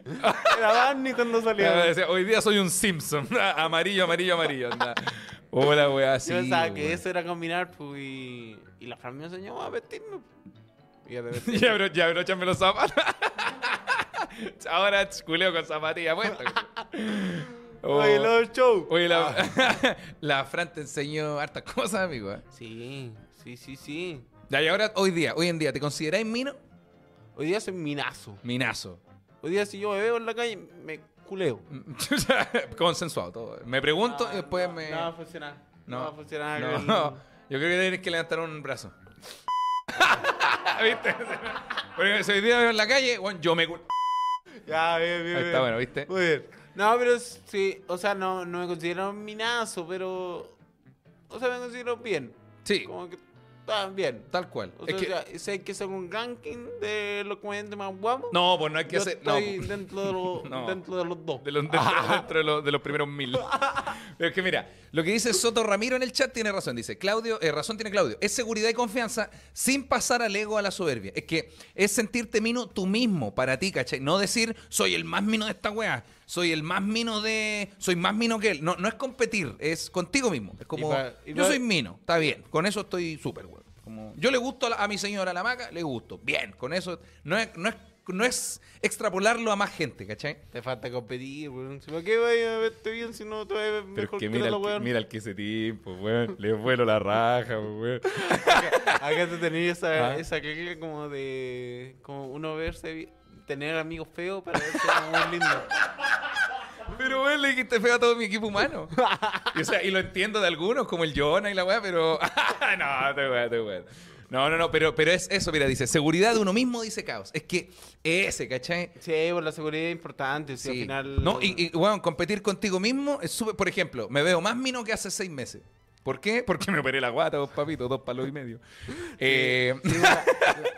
Era Barney cuando salió.
Claro, decía, Hoy día soy un Simpson. amarillo, amarillo, amarillo. anda. Hola, weá. Sí,
yo pensaba que
weón.
eso era combinar, pues, y, y la Fran me enseñó a vestirme. Y ya te vestí.
Ya, bro, ya, brochame los zapatos. Ahora culeo con zapatillas puestas. Oh.
Oye, los show.
Oye, la,
Ah.
la Fran te enseñó hartas cosas, amigo. ¿eh?
Sí, sí, sí, sí.
Ya, y ahora, hoy día, hoy en día, ¿te consideráis mino?
Hoy día soy minazo.
Minazo.
Hoy día si yo me veo en la calle, me culeo.
Consensuado todo. Me pregunto y después
Ah, no,
me.
No va a funcionar. No,
No,
va a funcionar.
No,
el-
no. Yo creo que tienes que levantar un brazo. ¿Viste? Porque si hoy día veo en la calle, bueno, yo me. cul-
Ya, bien, bien.
Ahí
bien.
está, bueno, ¿viste?
Muy bien. No, pero sí, o sea, no, no me considero un minazo, pero. O sea, me considero bien.
Sí,
Como que. ah, bien.
tal cual.
O
Es
sea,
que-
sé que son un ranking de los comediantes más guapos.
No, pues no hay que
yo
hacer. no,
Estoy dentro, de los,
No.
dentro de los dos.
De los, dentro, dentro de, los, de los primeros mil. Pero es que mira, lo que dice Soto Ramiro en el chat tiene razón. Dice, Claudio, eh, razón tiene Claudio. Es seguridad y confianza sin pasar al ego a la soberbia. Es que es sentirte mino tú mismo, para ti, ¿cachai? No decir, soy el más mino de esta weá. Soy el más mino de. Soy más mino que él. No, no es competir, es contigo mismo. Es como.
Y pa- y
yo
pa-
soy mino, está bien. Con eso estoy súper, weón. Como, Yo le gusto a, la- a mi señora la maca, le gusto. Bien, con eso. No es, no es, no es extrapolarlo a más gente, ¿cachai?
Te falta competir, weón. Si, ¿Para qué vaya a verte bien si no te vas a ver
Pero
mejor
es que
que
mira,
la
el que,
weón?
mira el que ese tipo, weón. Le vuelo la raja, weón.
Acá te tenías esa,
Ajá.
esa clica como de. como uno verse. bi- tener amigos feos para verse como muy lindo.
Pero bueno, le dijiste feo a todo mi equipo humano. Y, o sea, y lo entiendo de algunos, como el Jonah y la weá, pero. no, te weá, te weá. No, no, no, pero, pero es eso, mira, dice, seguridad de uno mismo dice caos. Es que ese, ¿cachai?
Sí, pues la seguridad es importante. o sea,
Sí.
al final.
No, y, y, weón, competir contigo mismo es súper. Por ejemplo, me veo más mino que hace seis meses. ¿Por qué? Porque me operé la guata, dos papitos, dos palos y medio. Eh,
Sí, pues, la, la-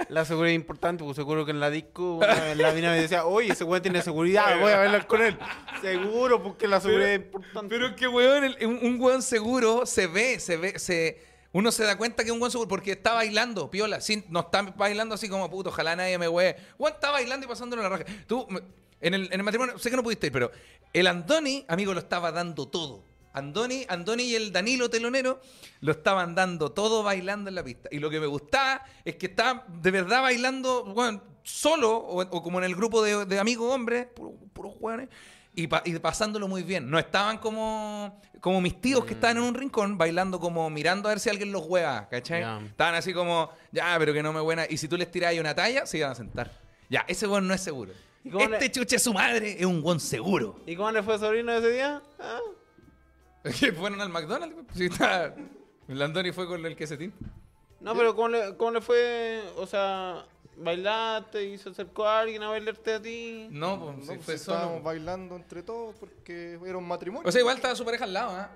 la seguridad es importante, porque seguro que en la disco una- la mina me decía, oye, ese weón tiene seguridad, voy a verla con él. Seguro, porque la seguridad es importante.
Pero que, weón, el- un, un weón seguro se ve, se ve, se... Uno se da cuenta que es un weón seguro porque está bailando, piola. sin- no está bailando así como, puto, ojalá nadie me wee. Weón está bailando y pasándolo la raja. Tú, me- en el, en el matrimonio, sé que no pudiste ir, pero el Andoni, amigo, lo estaba dando todo. Andoni, Andoni y el Danilo telonero lo estaban dando todo bailando en la pista. Y lo que me gustaba es que estaban de verdad bailando, weón, solo o, o como en el grupo de, de amigos hombres, puros puros weones y, pa- y pasándolo muy bien. No estaban como, como mis tíos
Mm.
que estaban en un rincón bailando como mirando a ver si alguien los hueva, ¿cachai?
Ya.
Estaban así como, ya, pero que no me buena. Y si tú les tirabas una talla, se iban a sentar. Ya, ese weón no es seguro.
¿Y cómo
Este
le-
chuche su madre es un weón seguro.
¿Y cómo le fue a sobrino ese día? ¿Ah?
Que fueron al McDonald's. pues, Sí, está... El Andoni fue con el quesetín.
No, pero ¿cómo le, cómo le fue? O sea, ¿bailaste y se acercó a alguien a bailarte a ti?
No, pues, sí,
pues,
fue
si
solo.
estábamos bailando entre todos porque era un matrimonio.
O sea, igual estaba su pareja al lado, ¿ah?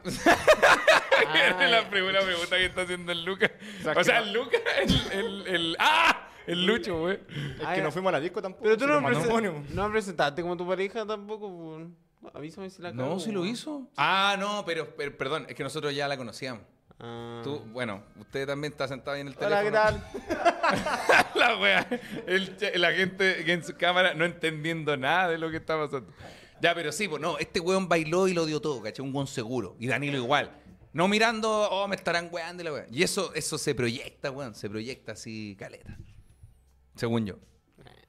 Ah,
la primera pregunta que está haciendo el Lucas.
sea,
O sea,
que
el Lucas, el, el, el- ¡Ah! El Lucho, weón.
es
ah,
que no fuimos a la disco tampoco.
Pero tú
si
no,
era un
presen-
matrimonio.
no presentaste como tu pareja tampoco, weón. Avísame si la cago,
No, sí lo
weón.
hizo. Ah, no, pero, pero perdón, es que nosotros ya la conocíamos.
Ah.
Tú, bueno, usted también está sentado ahí en el teléfono.
Hola, ¿qué tal?
La wea. El che- la gente que en su cámara no entendiendo nada de lo que está pasando.
Ya, pero sí, pues no, este weón bailó y lo dio todo, ¿cachai? Un weón seguro. Y Danilo igual. No mirando, oh, me estarán weando y la weá. Y eso, eso se proyecta, weón. Se proyecta así, caleta. Según yo.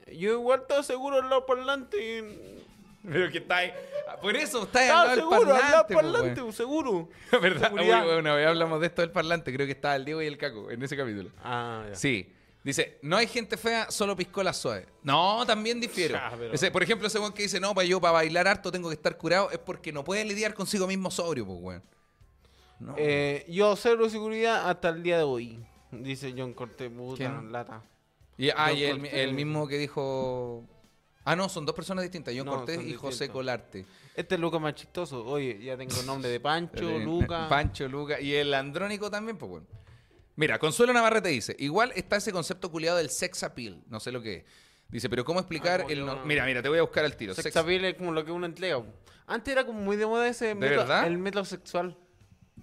Yo igual estaba seguro al lado parlante. y-
Pero que está ahí.
Por eso, está Eh, al
Estaba
lado del
Ah, seguro, al lado
parlante, pues,
parlante,
weón.
seguro.
¿Verdad? Uy,
Seguridad.
weón, una vez hablamos de esto del parlante, creo que estaba el Diego y el Caco en ese capítulo.
Ah, ya.
Sí. Dice, no hay gente fea, solo piscola suave. No, también difiero.
Ya, pero-
Ese- por ejemplo, ese weón que dice, no, para yo para bailar harto tengo que estar curado, es porque no puede lidiar consigo mismo sobrio, pues, weón. No.
Eh, yo cero seguridad hasta el día de hoy. Dice John Corte, puta
¿Quién?
lata.
Y, ah,
Yo
y el,
corté-
el mismo que dijo Ah, no, son dos personas distintas. John
No,
Cortés
son
y José
distintos.
Colarte.
Este es Luca más chistoso. Oye, ya tengo nombre de Pancho, Luca.
eh, Pancho, Luca. Y el andrónico también, pues bueno. Mira, Consuelo Navarrete dice, igual está ese concepto culiado del sex appeal. No sé lo que es. Dice, pero ¿cómo explicar
Ah, como
el... no-
que no-
Mira, mira, te voy a buscar al tiro.
Sex
Sex-
appeal es como lo que uno entrega. Antes era como muy de moda ese
verdad?
el metrosexual.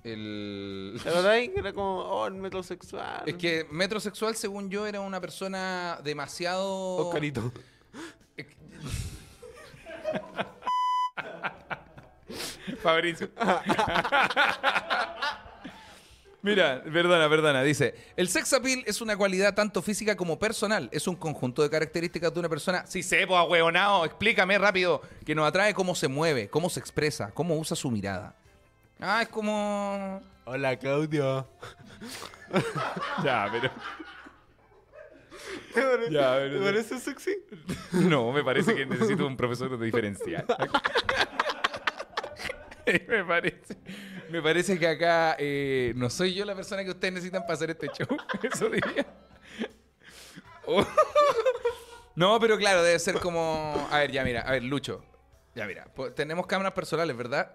el...
¿Te acordáis? Era como, oh, el metrosexual.
Es que metrosexual, según yo, era una persona demasiado...
Oscarito.
Fabricio. Mira, perdona, perdona.
Dice, el sex appeal es una cualidad tanto física como personal. Es un conjunto de características de una persona. Sí, sepo, ahueonao, explícame rápido. Que nos atrae cómo se mueve, cómo se expresa, cómo usa su mirada. Ah, es como...
Hola, Claudio.
Ya, pero.
¿Te parece,
Ya,
te
pero-
parece sexy?
No, me parece que necesito un profesor de diferencial. me parece.
Me parece que acá eh, no soy yo la persona que ustedes necesitan para hacer este show. Eso diría. Oh. No, pero claro, debe ser como. A ver, ya mira, a ver, Lucho. Ya mira, po- tenemos cámaras personales, ¿verdad?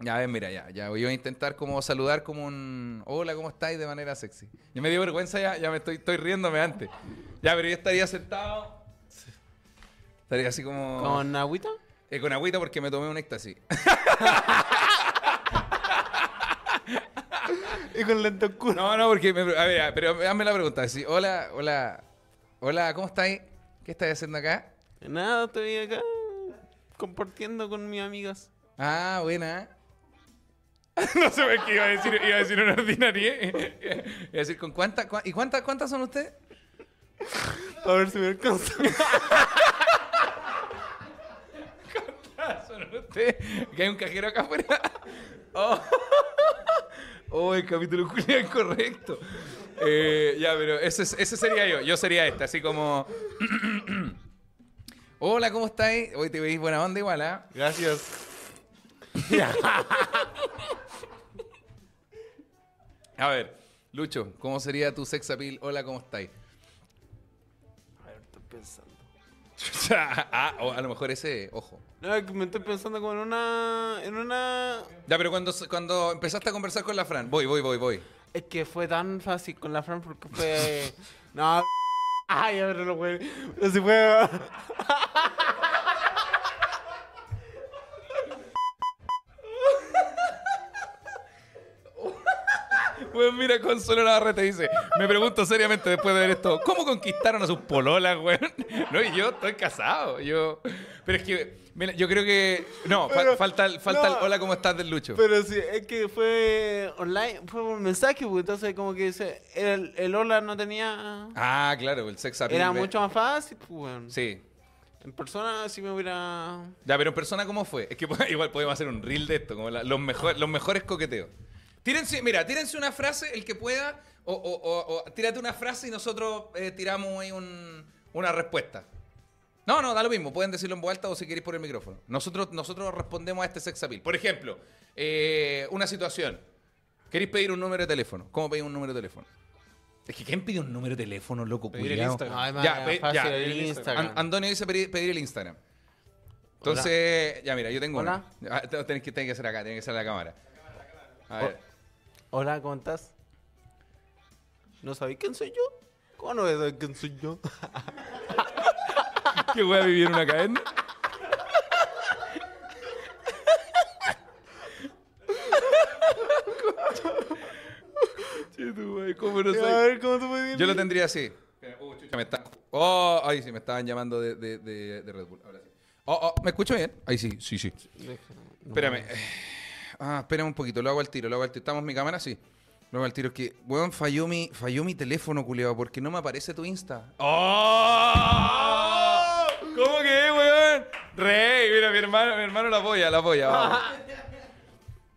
Ya, a ver, mira, ya, ya. Yo voy a intentar como saludar como un. Hola, ¿cómo estáis? De manera sexy. Ya me dio vergüenza, ya, ya me estoy, estoy riéndome antes. Ya, pero yo estaría sentado. Estaría así como.
¿Con agüita?
Eh, con agüita porque me tomé un éxtasis.
Y con lente oscura.
No, no, porque. Me, a ver, a- pero hazme la pregunta. Sí, hola, hola. Hola, ¿cómo estáis? ¿Qué estáis haciendo acá?
Nada, estoy acá compartiendo con mis amigas.
Ah, buena.
No sé qué iba a decir, iba a decir una ordinaria.
Es decir, ¿con cuánta, cua- ¿y cuántas cuántas son ustedes?
A ver si me alcanza.
Son ustedes. Que hay un cajero acá afuera. Oh, Oh, el capítulo culiao incorrecto. Eh, ya, pero ese, es- ese sería yo. Yo sería este, así como. Hola, ¿cómo estáis? Hoy te veis buena onda igual, ¿ah?
Gracias.
A ver, Lucho, ¿cómo sería tu sex appeal? Hola, ¿cómo estáis?
A ver, estoy pensando.
ah, o a lo mejor ese, ojo.
No, es que me estoy pensando como en una. En una.
Ya, pero cuando, cuando empezaste a conversar con la Fran, voy, voy, voy, voy.
Es que fue tan fácil con la Fran porque fue. no. Ay, ahora lo fue. No se fue.
Bueno, Pues mira, Consuelo Navarrete dice: Me pregunto seriamente después de ver esto, ¿cómo conquistaron a sus pololas, weón? No, y yo estoy casado. Yo. Pero es que, mira, yo creo que. No, fa-
Pero-
falta, el, falta el
no.
hola, ¿cómo estás del Lucho?
Pero sí, es que fue online, fue por mensaje, pues, entonces como que se- el, el hola no tenía...
Ah, claro, el sex appeal.
Era
ve.
mucho más fácil, pues, weón.
Sí.
En persona sí me hubiera...
Ya, pero en persona, ¿cómo fue? Es que po- igual podemos hacer un reel de esto, como la- los, mejor- los mejores coqueteos. Tírense, mira, tírense una frase, el que pueda, o, o- o- o tírate una frase y nosotros eh, tiramos ahí un- una respuesta. No, no, da lo mismo, pueden decirlo en voz alta o si queréis por el micrófono. Nosotros, nosotros respondemos a este sex appeal. Por ejemplo, eh, una situación. ¿Queréis pedir un número de teléfono? ¿Cómo pedís un número de teléfono? Es que ¿quién pide un número de teléfono, loco?
Pedir el
culiao?
Instagram.
No, es más
Ya, pe-
fácil
ya,
el
el
Instagram.
An- Antonio dice pedir, pedir el Instagram. Entonces, ya mira, yo tengo
Hola.
una. Ah, te- tenés que, tenés que hacer acá, tenés que hacer la cámara. A ver.
Hola, ¿cómo estás? ¿No sabéis quién soy yo? ¿Cómo no sabéis quién soy yo?
¿Qué voy a vivir en una cadena? Che, tu wey, ¿Cómo no
A
soy?
ver, ¿cómo tú puedes
Yo lo tendría así. Uh, Me está- Oh, ahí sí, me estaban llamando de, de- de- de Red Bull. Ahora sí. Oh, oh, ¿me escucho bien? Ahí sí, sí, sí. Espérame. Ah, espérame un poquito, lo hago al tiro, lo hago al tiro. ¿Estamos en mi cámara? Sí. Lo hago al tiro. Es que, weón, falló mi, falló mi teléfono, culiao, porque no me aparece tu Insta.
¡Oh! ¿Cómo que, weón? Rey, mira, mi hermano, mi hermano la apoya, la apoya. vamos.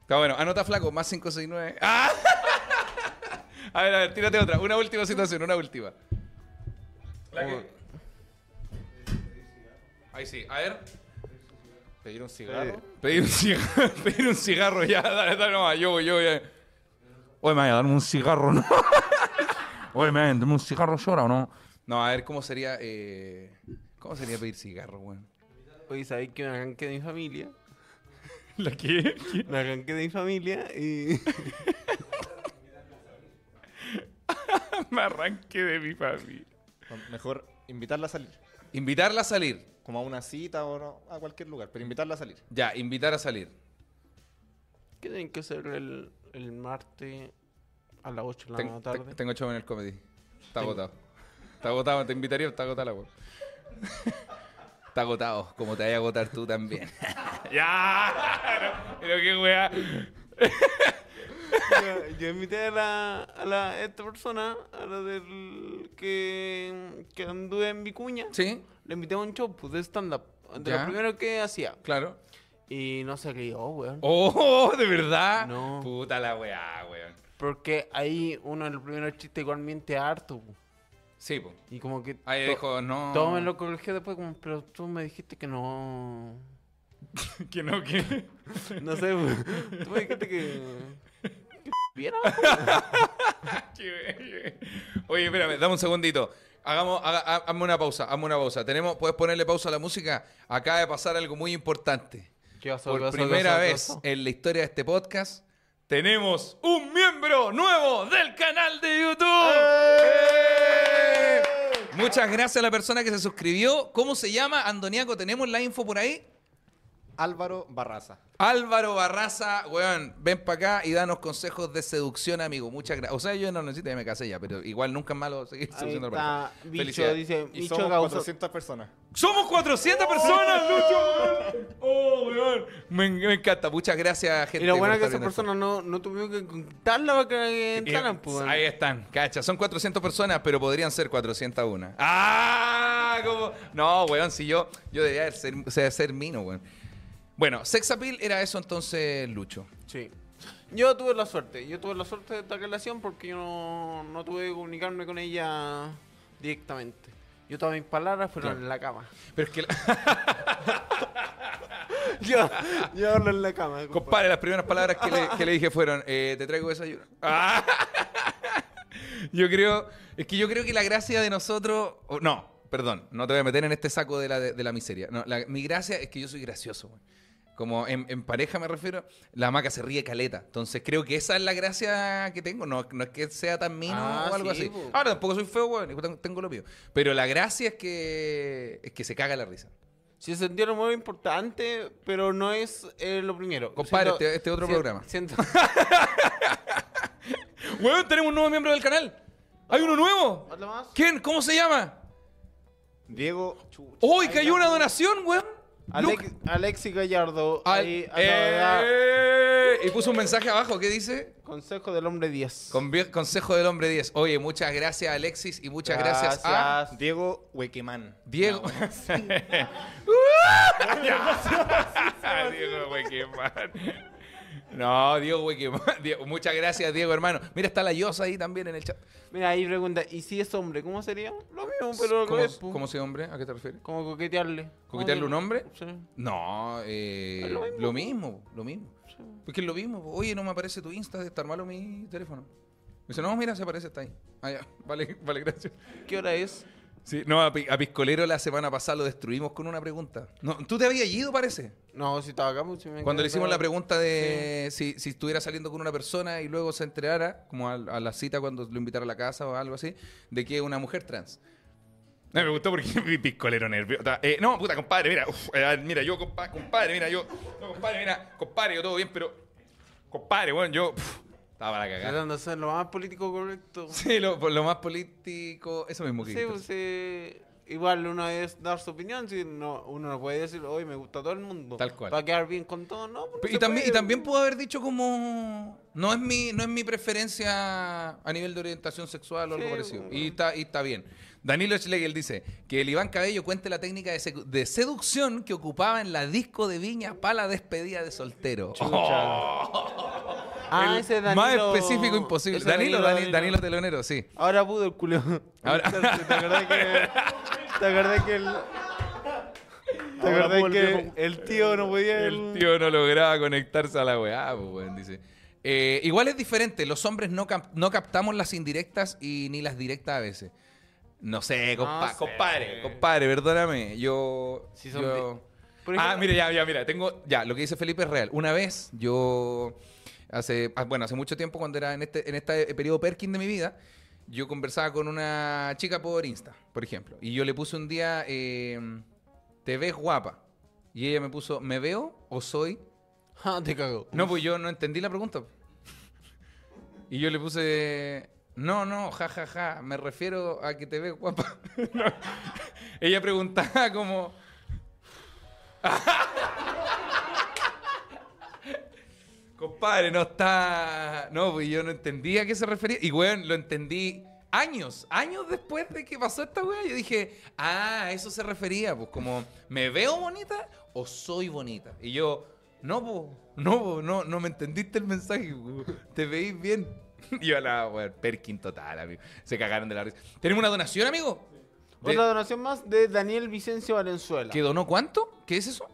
Está bueno, anota flaco, más 569. Ah,
A ver, a ver, tírate otra. Una última situación, una última.
Ahí sí, a ver.
Pedir un cigarro.
Pedir un cigarro, pedir un cigarro ya, dale, dale nomás, yo, voy, yo, voy, ya. Oye, me vayan a darme un cigarro, ¿no? Oye, me vayan a darme un cigarro, llora o no.
No, a ver cómo sería. eh, ¿Cómo sería pedir cigarro, weón?
Oye, ¿sabéis que me arranqué de mi familia?
¿La qué? ¿Qué?
Me arranqué de mi familia y...
Me arranqué de mi familia.
Mejor invitarla a salir.
Invitarla a salir.
Como a una cita o no, a cualquier lugar, pero invitarla a salir.
Ya, invitar a salir.
¿Qué tienen que hacer el, el martes a las 8 de la
Ten-
mañana
te-
tarde?
tengo show en el comedy. Está agotado. Está agotado, te invitaría, pero está agotada la weón. Está agotado, como te vaya a agotar tú también.
¡Ya! Pero qué weá.
yo, yo invité a la, a la- a esta persona, a la del que, que anduve en Vicuña.
¿Sí?
Le invité a un show pues, de stand-up. De
Ya.
lo primero que hacía.
Claro.
Y no se rió, weón.
¡Oh, de verdad!
No.
Puta la weá, weón.
Porque ahí uno de los primeros chistes igual miente harto. po.
Sí, po.
Y como que
Ahí
to-
dijo, no.
todo me lo corrigió después como, pero tú me dijiste que no...
Que no, que.
No sé, po. tú me dijiste que... que viera.
Oye, espérame, dame un segundito. Hagamos, haga- ha- hazme una pausa, hazme una pausa. Tenemos, ¿Puedes ponerle pausa a la música? Acaba de pasar algo muy importante.
¿Qué pasó,
Por
qué pasó, qué
primera
pasó, qué
vez
pasó?
en la historia de este podcast, tenemos un miembro nuevo del canal de YouTube. ¡Eh! Muchas gracias a la persona que se suscribió. ¿Cómo se llama, Andoniaco? ¿Tenemos la info por ahí?
Álvaro Barraza.
Álvaro Barraza, weón, ven para acá y danos consejos de seducción, amigo. Muchas gracias. O sea, yo no necesito, ya me casé ya, pero igual nunca es malo seguir
Ahí
seduciendo a la
está,
pareja.
bicho,
Felicidades.
dice, ¡Oh!
Y
bicho
somos
causó-
400 personas.
¡Somos 400 personas, Lucho! weón! ¡Oh, weón! Me, me encanta. Muchas gracias, gente.
Y lo
por
bueno es que
estar
esas
viendo esto.
personas no, no tuvieron que contarla para que entraran,
Eh,
pues. weón.
Ahí están, cacha. Son 400 personas, pero podrían ser 401. ¡Ah! Como... No, weón, si yo, yo debería ser, ser, ser mino, weón. Bueno, Sexapil era eso entonces, Lucho.
Sí. Yo tuve la suerte, yo tuve la suerte de esta relación porque yo no, no tuve que comunicarme con ella directamente. Yo todas mis palabras fueron en la cama.
Pero es que,
Yo, yo hablo en la cama.
compadre, las primeras palabras que le, que le dije fueron, eh, te traigo desayuno. Ah. Yo creo, es que yo creo que la gracia de nosotros, o- no, perdón, no te voy a meter en este saco de la, de, la miseria. No, la- mi gracia es que yo soy gracioso, güey. Como en, en pareja me refiero, la maca se ríe caleta. Entonces creo que esa es la gracia que tengo. No, no es que sea tan mino
Ah,
o algo
sí,
así.
po.
Ahora tampoco soy feo, güey, tengo, tengo lo mío. Pero la gracia es que, es que se caga la risa.
Si se sintieron muy importante, pero no es eh, lo primero.
Compadre, este- este otro
sien-
programa.
siento-
Weón, tenemos un nuevo miembro del canal. Hay uno nuevo.
¿Otro más?
¿Quién? ¿Cómo se llama?
Diego Chucha.
¡Uy, que hay una donación, weón!
Alex-
Luke-
Alexi Gallardo,
Al-
ahí acaba de dar
¡Eh! Y puso un mensaje abajo, ¿qué dice?
consejo del hombre 10.
Convie- Consejo del hombre 10. Oye, muchas gracias Alexis y muchas gracias, a
Gracias. Ah.
Diego Huequemán.
Diego.
Ah, Diego, wey, qué mal.
No, Diego, güey, que- Diego, muchas gracias Diego, hermano. Mira, está la Yosa ahí también en el chat.
Mira, ahí pregunta, ¿y si es hombre? ¿Cómo sería? Lo mismo, pero eh,
¿Cómo,
al
¿Cómo se hombre? ¿A qué te refieres?
Como coquetearle.
¿Coquetearle un hombre?
Sí.
No, eh,
Es
lo mismo,
lo mismo.
lo mismo. Porque es lo mismo. po. Oye, no me aparece tu Insta, está malo mi teléfono. Me dice, no, mira, se aparece, está ahí. Ah, ya. Vale, vale, gracias.
¿Qué hora es?
Sí, no, a, Pi- a Piscolero la semana pasada lo destruimos con una pregunta. No, tú te habías ido, parece.
No, si estaba acá, pues, si me
Cuando le
quedé
hicimos la
pegado.
pregunta de si, si estuviera saliendo con una persona y luego se enterara, como a, a la cita cuando lo invitara a la casa o algo así, de que es una mujer trans.
No, me gustó porque mi piscolero nervioso. Eh, no, puta, compadre, mira. uf, eh, mira, yo, compa- compadre, mira, yo. No, compadre, mira, compadre, yo todo bien, pero. Compadre, bueno, yo. pf, estaba para cagar.
Tratando de ser lo más político correcto. Sí,
Sí, lo, por lo más político, eso mismo que dijiste.
pues eh, igual uno es dar su opinión, si no, uno no puede decir, hoy me gusta todo el mundo.
Tal cual.
Para quedar bien con todo, no. pues, no
Y
se
también, y
puede,
también
pues.
pudo haber dicho como no es mi, no es mi preferencia a nivel de orientación sexual o algo
Sí,
parecido.
bueno.
Y está, y está bien. Danilo Schlegel dice que el Iván Cabello cuente la técnica de, secu- de seducción que ocupaba en la disco de Viña para la despedida de soltero.
Ah,
El
ese Danilo.
Más específico imposible.
ese
Danilo, Dani- Danilo, Telonero, sí.
Ahora pudo el culo.
Ahora-
¿Te acordás que, te acordás que el. ¿Te
Ahora
acordás
pudo el
que
viejo-
el tío no podía.
El
Tío, no lograba conectarse a la weá, pues, weón, dice. Eh, igual es diferente, los hombres no, cap- no captamos las indirectas y ni las directas a veces. No sé, compa-
sé.
compadre, compadre, perdóname. Yo.
Si son
yo-
de- Por
Ah,
ejemplo-
mira, ya, ya, mira. Tengo. Ya, lo que dice Felipe es real. Una vez yo. Hace, ah, bueno, hace mucho tiempo, cuando era en este, en este periodo Perkin de mi vida, yo conversaba con una chica por Insta, por ejemplo. Y yo le puse un día, eh, te ves guapa. Y ella me puso, ¿me veo o soy?
Ah, te cago.
No, pues yo no entendí la pregunta. Y yo le puse, no, no, ja, ja, ja, me refiero a que te ves guapa. No. Ella preguntaba como... Compadre, no está... No, pues yo no entendía a qué se refería. Y, weón, lo entendí años, años después de que pasó esta weá. Yo dije, ah, a eso se refería. Pues como, ¿me veo bonita o soy bonita? Y yo, no, po, no, po, no, no me entendiste el mensaje. po. Te veís bien. Y yo, la, weón, Perkin total, amigo. Se cagaron de la risa. ¿Tenemos una donación, amigo? De-
Otra donación más de Daniel Vicencio Valenzuela.
¿Que donó cuánto? ¿Qué es eso?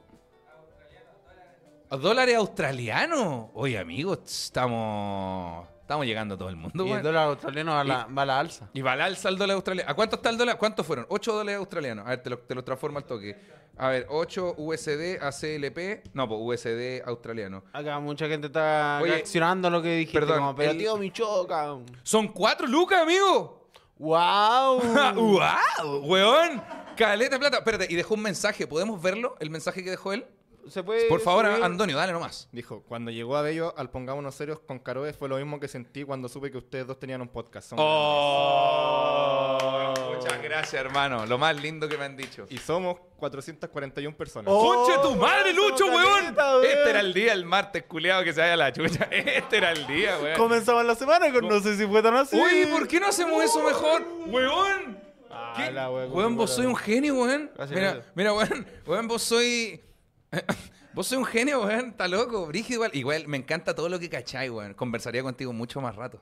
¿Dólares australianos? Oye, amigos, estamos... Estamos llegando a todo el mundo,
Y
weón.
el dólar australiano va a la, va a la alza.
Y va al alza el dólar australiano. ¿A cuánto está el dólar? ¿Cuántos fueron? 8 dólares australianos. A ver, te lo, te lo transformo al toque. A ver, 8 USD a CLP. No, pues USD australiano.
Acá mucha gente está
Oye,
reaccionando a lo que dijiste.
perdón,
como, pero
el-
tío, me choca.
Son 4 lucas, amigo. Uh.
¡Wow!
¡Wow! ¡Weón! Caleta de plata. Espérate, y dejó un mensaje. ¿Podemos verlo? ¿El mensaje que dejó él?
¿Se puede
Por favor,
subir?
Antonio, dale nomás.
Dijo, cuando llegó a Bello al Pongámonos Serios con Caroe fue lo mismo que sentí cuando supe que ustedes dos tenían un podcast. Son
¡Oh! Muchas gracias, hermano. Lo más lindo que me han dicho.
grandes. Y somos 441 personas.
Oh.
¡Conche tu madre, Lucho,
Caleta,
weón!
weón.
Este era el día, el martes culeado que se vaya a la chucha. Este era el día, weón.
Comenzamos la semana con no sé si fue tan así.
Oye, ¿por qué no hacemos eso mejor? ¡Weón!
Ah,
¿Qué?
la wea,
weón, vos soy un genio, weón.
Gracias,
mira,
gracias.
mira, weón, weón, vos soy. vos soy un genio, weón. Está loco, brígido igual. Igual, me encanta todo lo que cacháis, weón. Conversaría contigo mucho más rato.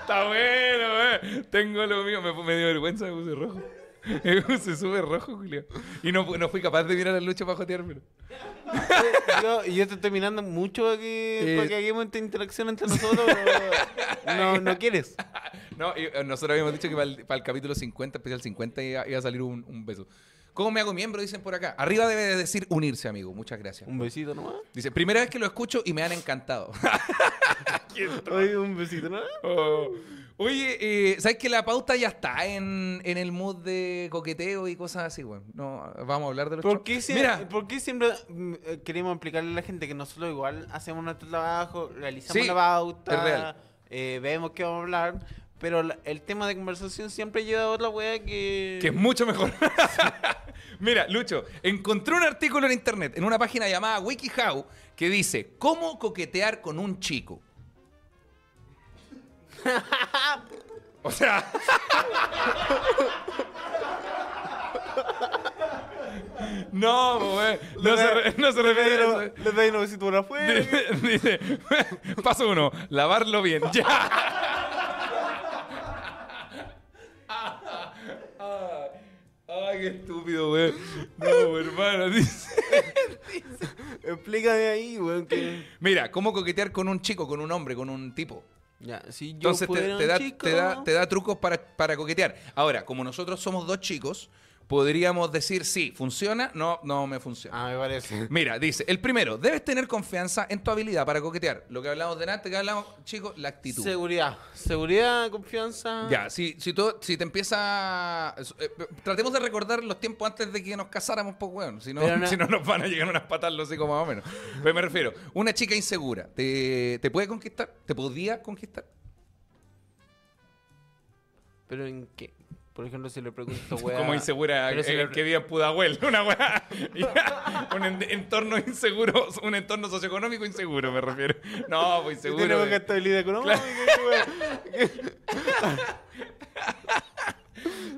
Está bueno, weón. Tengo lo mío. Me, me dio vergüenza, me puse rojo. Me puse súper rojo, Julio. Y no, no fui capaz de mirar al lucho para joteármelo.
Yo, yo te estoy mirando mucho aquí
Eh.
para que hagamos esta interacción entre nosotros. pero no, no quieres.
No, y, eh, nosotros habíamos dicho que para el, para el capítulo 50, especial 50, iba, iba a salir un, un beso. ¿Cómo me hago miembro? Dicen por acá. Arriba debe de decir unirse, amigo. Muchas gracias.
Un besito nomás.
Dice, primera vez que lo escucho y me han encantado.
Oye, un besito nomás.
Oh. Oye, eh, ¿sabes que la pauta ya está en, en el mood de coqueteo y cosas así, güey? No, vamos a hablar de los
¿Por
chon-
qué, sie-
Mira,
¿Por qué siempre mm, eh, queremos explicarle a la gente que nosotros igual hacemos nuestro trabajo, realizamos
Sí,
la pauta,
es real.
eh, vemos qué vamos a hablar, pero la- el tema de conversación siempre lleva a otra wea que...
que es mucho mejor. Mira, Lucho, encontré un artículo en internet, en una página llamada WikiHow, que dice, ¿cómo coquetear con un chico? o sea... no, güey, no, se, re- no se refiere a eso.
Le dais un besito por afuera.
Dice, paso uno, lavarlo bien. Ya. Ay, qué estúpido, güey. No, hermano. Dice.
Explícame ahí, weón, que...
Mira, ¿cómo coquetear con un chico, con un hombre, con un tipo?
Ya, si yo
Entonces te,
fuera
te
un
da,
chico-
te da- te da trucos para, para coquetear. Ahora, como nosotros somos dos chicos, podríamos decir, sí, funciona, no, no me funciona.
Ah, me parece.
Mira, dice, el primero, debes tener confianza en tu habilidad para coquetear. Lo que hablamos delante, que hablamos, chicos, la actitud.
Seguridad. Seguridad, confianza.
Ya, si, si, tú- si te empieza... eh, tratemos de recordar los tiempos antes de que nos casáramos, pues, weón. Si no,
Pero no-
si no nos van a llegar unas patas, los hijos más o menos. Pero me refiero, una chica insegura, ¿te, te puede conquistar? ¿Te podía conquistar?
¿Pero en qué? Por ejemplo, si le pregunto, weón...
Como insegura,
eh,
Pero
en
si le-
¿qué día Pudahuel? Una weá. Ya, un en- entorno inseguro, un entorno socioeconómico inseguro, me refiero. No, pues
Si
inseguro.
tenemos
eh.
que estabilidad económica, weón.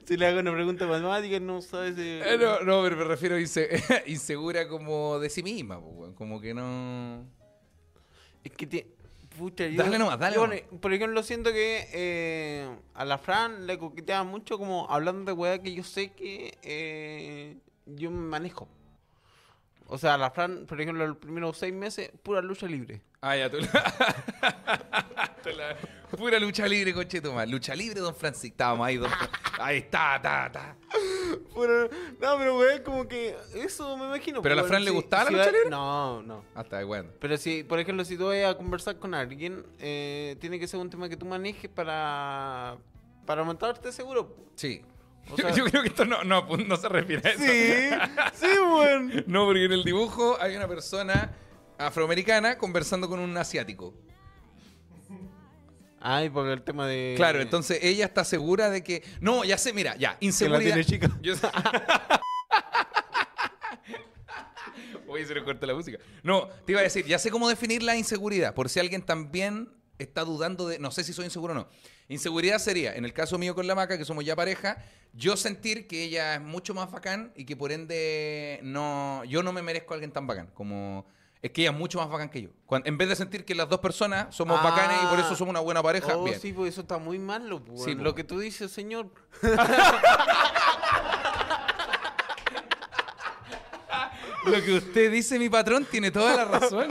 Si le hago una pregunta matemática, no sabes si...
Eh, no, no, pero me refiero a inse- insegura como de sí misma, pues, weón. Como que no...
Es que te... Pucha, yo,
Dale nomás, dale
yo,
nomás.
Por ejemplo, siento que eh, a la Fran le coqueteaba mucho como hablando de weá que yo sé que eh, yo me manejo. O sea, a la Fran, por ejemplo, los primeros seis meses, pura lucha libre.
Ah, ya, tú Ah, la... tú la- Pura lucha libre, coche Tomás. Lucha libre, don Francisco. Estábamos ahí, don Fran- Ahí está, ta, ta.
Pero, no, pero weón, como que eso me imagino. pues,
¿Pero a la
weón,
Fran le gustaba la
va-
lucha libre?
No, no.
Hasta de bueno.
Pero si, por ejemplo, si tú vas a conversar con alguien, eh, tiene que ser un tema que tú manejes para, para montarte seguro.
Sí.
O
Yo,
sea-
yo creo que esto no, no,
pues,
no se refiere a eso.
Sí, sí, weón.
No, porque en el dibujo hay una persona afroamericana conversando con un asiático.
Ay, porque el tema de.
Claro, entonces ella está segura de que. No, ya sé, mira, ya,
Que la
inseguridad.
tiene chica.
Yo-
Oye, se nos corta la música.
No, te iba a decir, ya sé cómo definir la inseguridad, por si alguien también está dudando de, no sé si soy inseguro o no. Inseguridad sería, en el caso mío con la maca, que somos ya pareja, yo sentir que ella es mucho más bacán y que por ende no, yo no me merezco a alguien tan bacán, como es que ella es mucho más bacán que yo. Cuan- en vez de sentir que las dos personas somos
Ah.
bacanes y por eso somos una buena pareja,
Oh,
bien.
sí, pues eso está muy malo, weón.
Sí,
lo
pues.
que tú dices, señor.
Lo que usted dice, mi patrón, tiene toda la razón.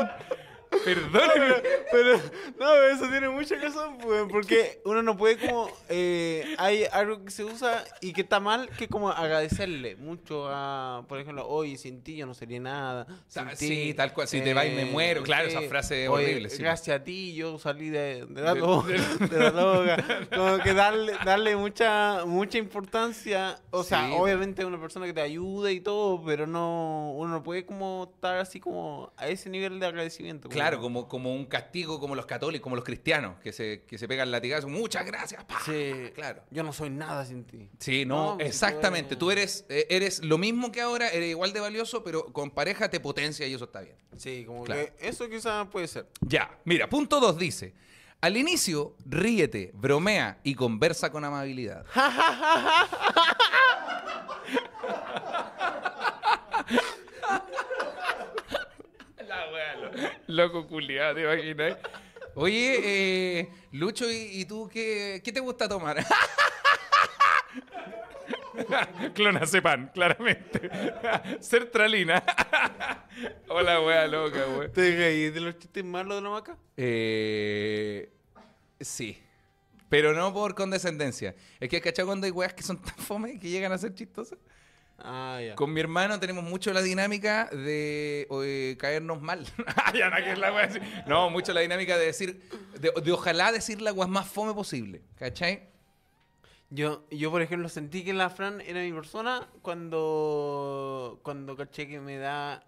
Perdóneme.
Pero, no, eso tiene mucha razón, pues, porque uno no puede como, eh, hay algo que se usa y que está mal, que como agradecerle mucho a, por ejemplo, oye, sin ti yo no sería nada. sin
Ta-
ti, eh,
sí, tal cual, si te vas y me muero", claro, esa frase es
"Oye,
horrible, sí.
Gracias a ti yo salí de, de la droga, de la droga. Como que darle, darle mucha, mucha importancia, o sea,
Sí,
obviamente una persona que te ayuda y todo, pero no, uno no puede como estar así como a ese nivel de agradecimiento. como-
Claro, como, como un castigo como los católicos, como los cristianos, que se, que se pegan latigazo. Muchas gracias. pa".
Sí,
Claro.
Yo no soy nada sin ti.
Sí, no,
No, pues,
exactamente.
pues.
Tú eres, eh, eres lo mismo que ahora, eres igual de valioso, pero con pareja te potencia y eso está bien.
Sí, como
Claro.
que eso quizás puede ser.
Ya, mira, punto 2 dice, al inicio ríete, bromea y conversa con amabilidad.
La wea, lo- loco culiado, ¿te imaginas?
Oye, eh, Lucho, ¿y, y tú qué, qué te gusta tomar?
Clonazepam, claramente. Sertralina. Hola, wea loca, wea.
¿Te reí de los chistes malos de la maca?
Eh, sí. Pero no por condescendencia. Es que, ¿cachai? Cuando hay weas que son tan fome que llegan a ser chistosas.
Ah, ya.
Con mi hermano tenemos mucho la dinámica de eh, caernos mal. Ah,
Ay, Ana, que es la wea así.
no, mucho la dinámica de decir, de, de ojalá decir la guas más fome posible. ¿Cachai?
Yo, yo, por ejemplo, sentí que la Fran era mi persona cuando, cuando caché que me da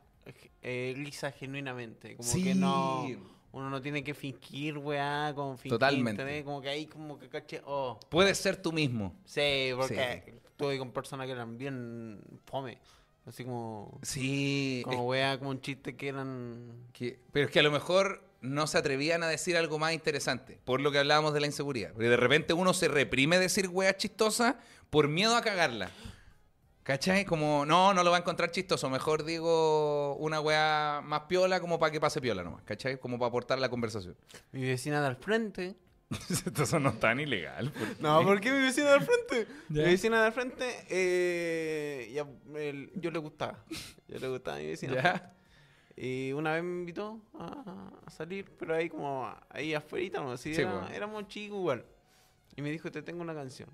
eh, lisa genuinamente. Como
Sí.
que no. Uno no tiene que fingir, weá, como fingir.
Totalmente.
¿entendés? Como que ahí, como que caché, oh.
Puedes ser tú mismo.
Sí, porque estuve con personas que eran bien fome. Así como.
Sí.
Como wea, como un chiste que eran.
es que- pero es que a lo mejor no se atrevían a decir algo más interesante, por lo que hablábamos de la inseguridad. Porque de repente uno se reprime decir weas chistosas por miedo a cagarla. ¿Cachai? Como, no, no lo va a encontrar chistoso. Mejor digo una wea más piola como para que pase piola nomás. ¿Cachai? Como para aportar la conversación.
Mi vecina de al frente.
Esto no es tan ilegal. por-
No, ¿por qué mi vecina de al frente?
Ya.
Mi vecina de al frente, eh, ya, el- yo le gustaba. Yo le gustaba a mi vecina.
¿Ya?
Y una vez me invitó a, a salir, pero ahí como a- ahí afuera, ¿no? Así
Sí,
era-
bueno.
éramos chicos igual. Y me dijo, te tengo una canción.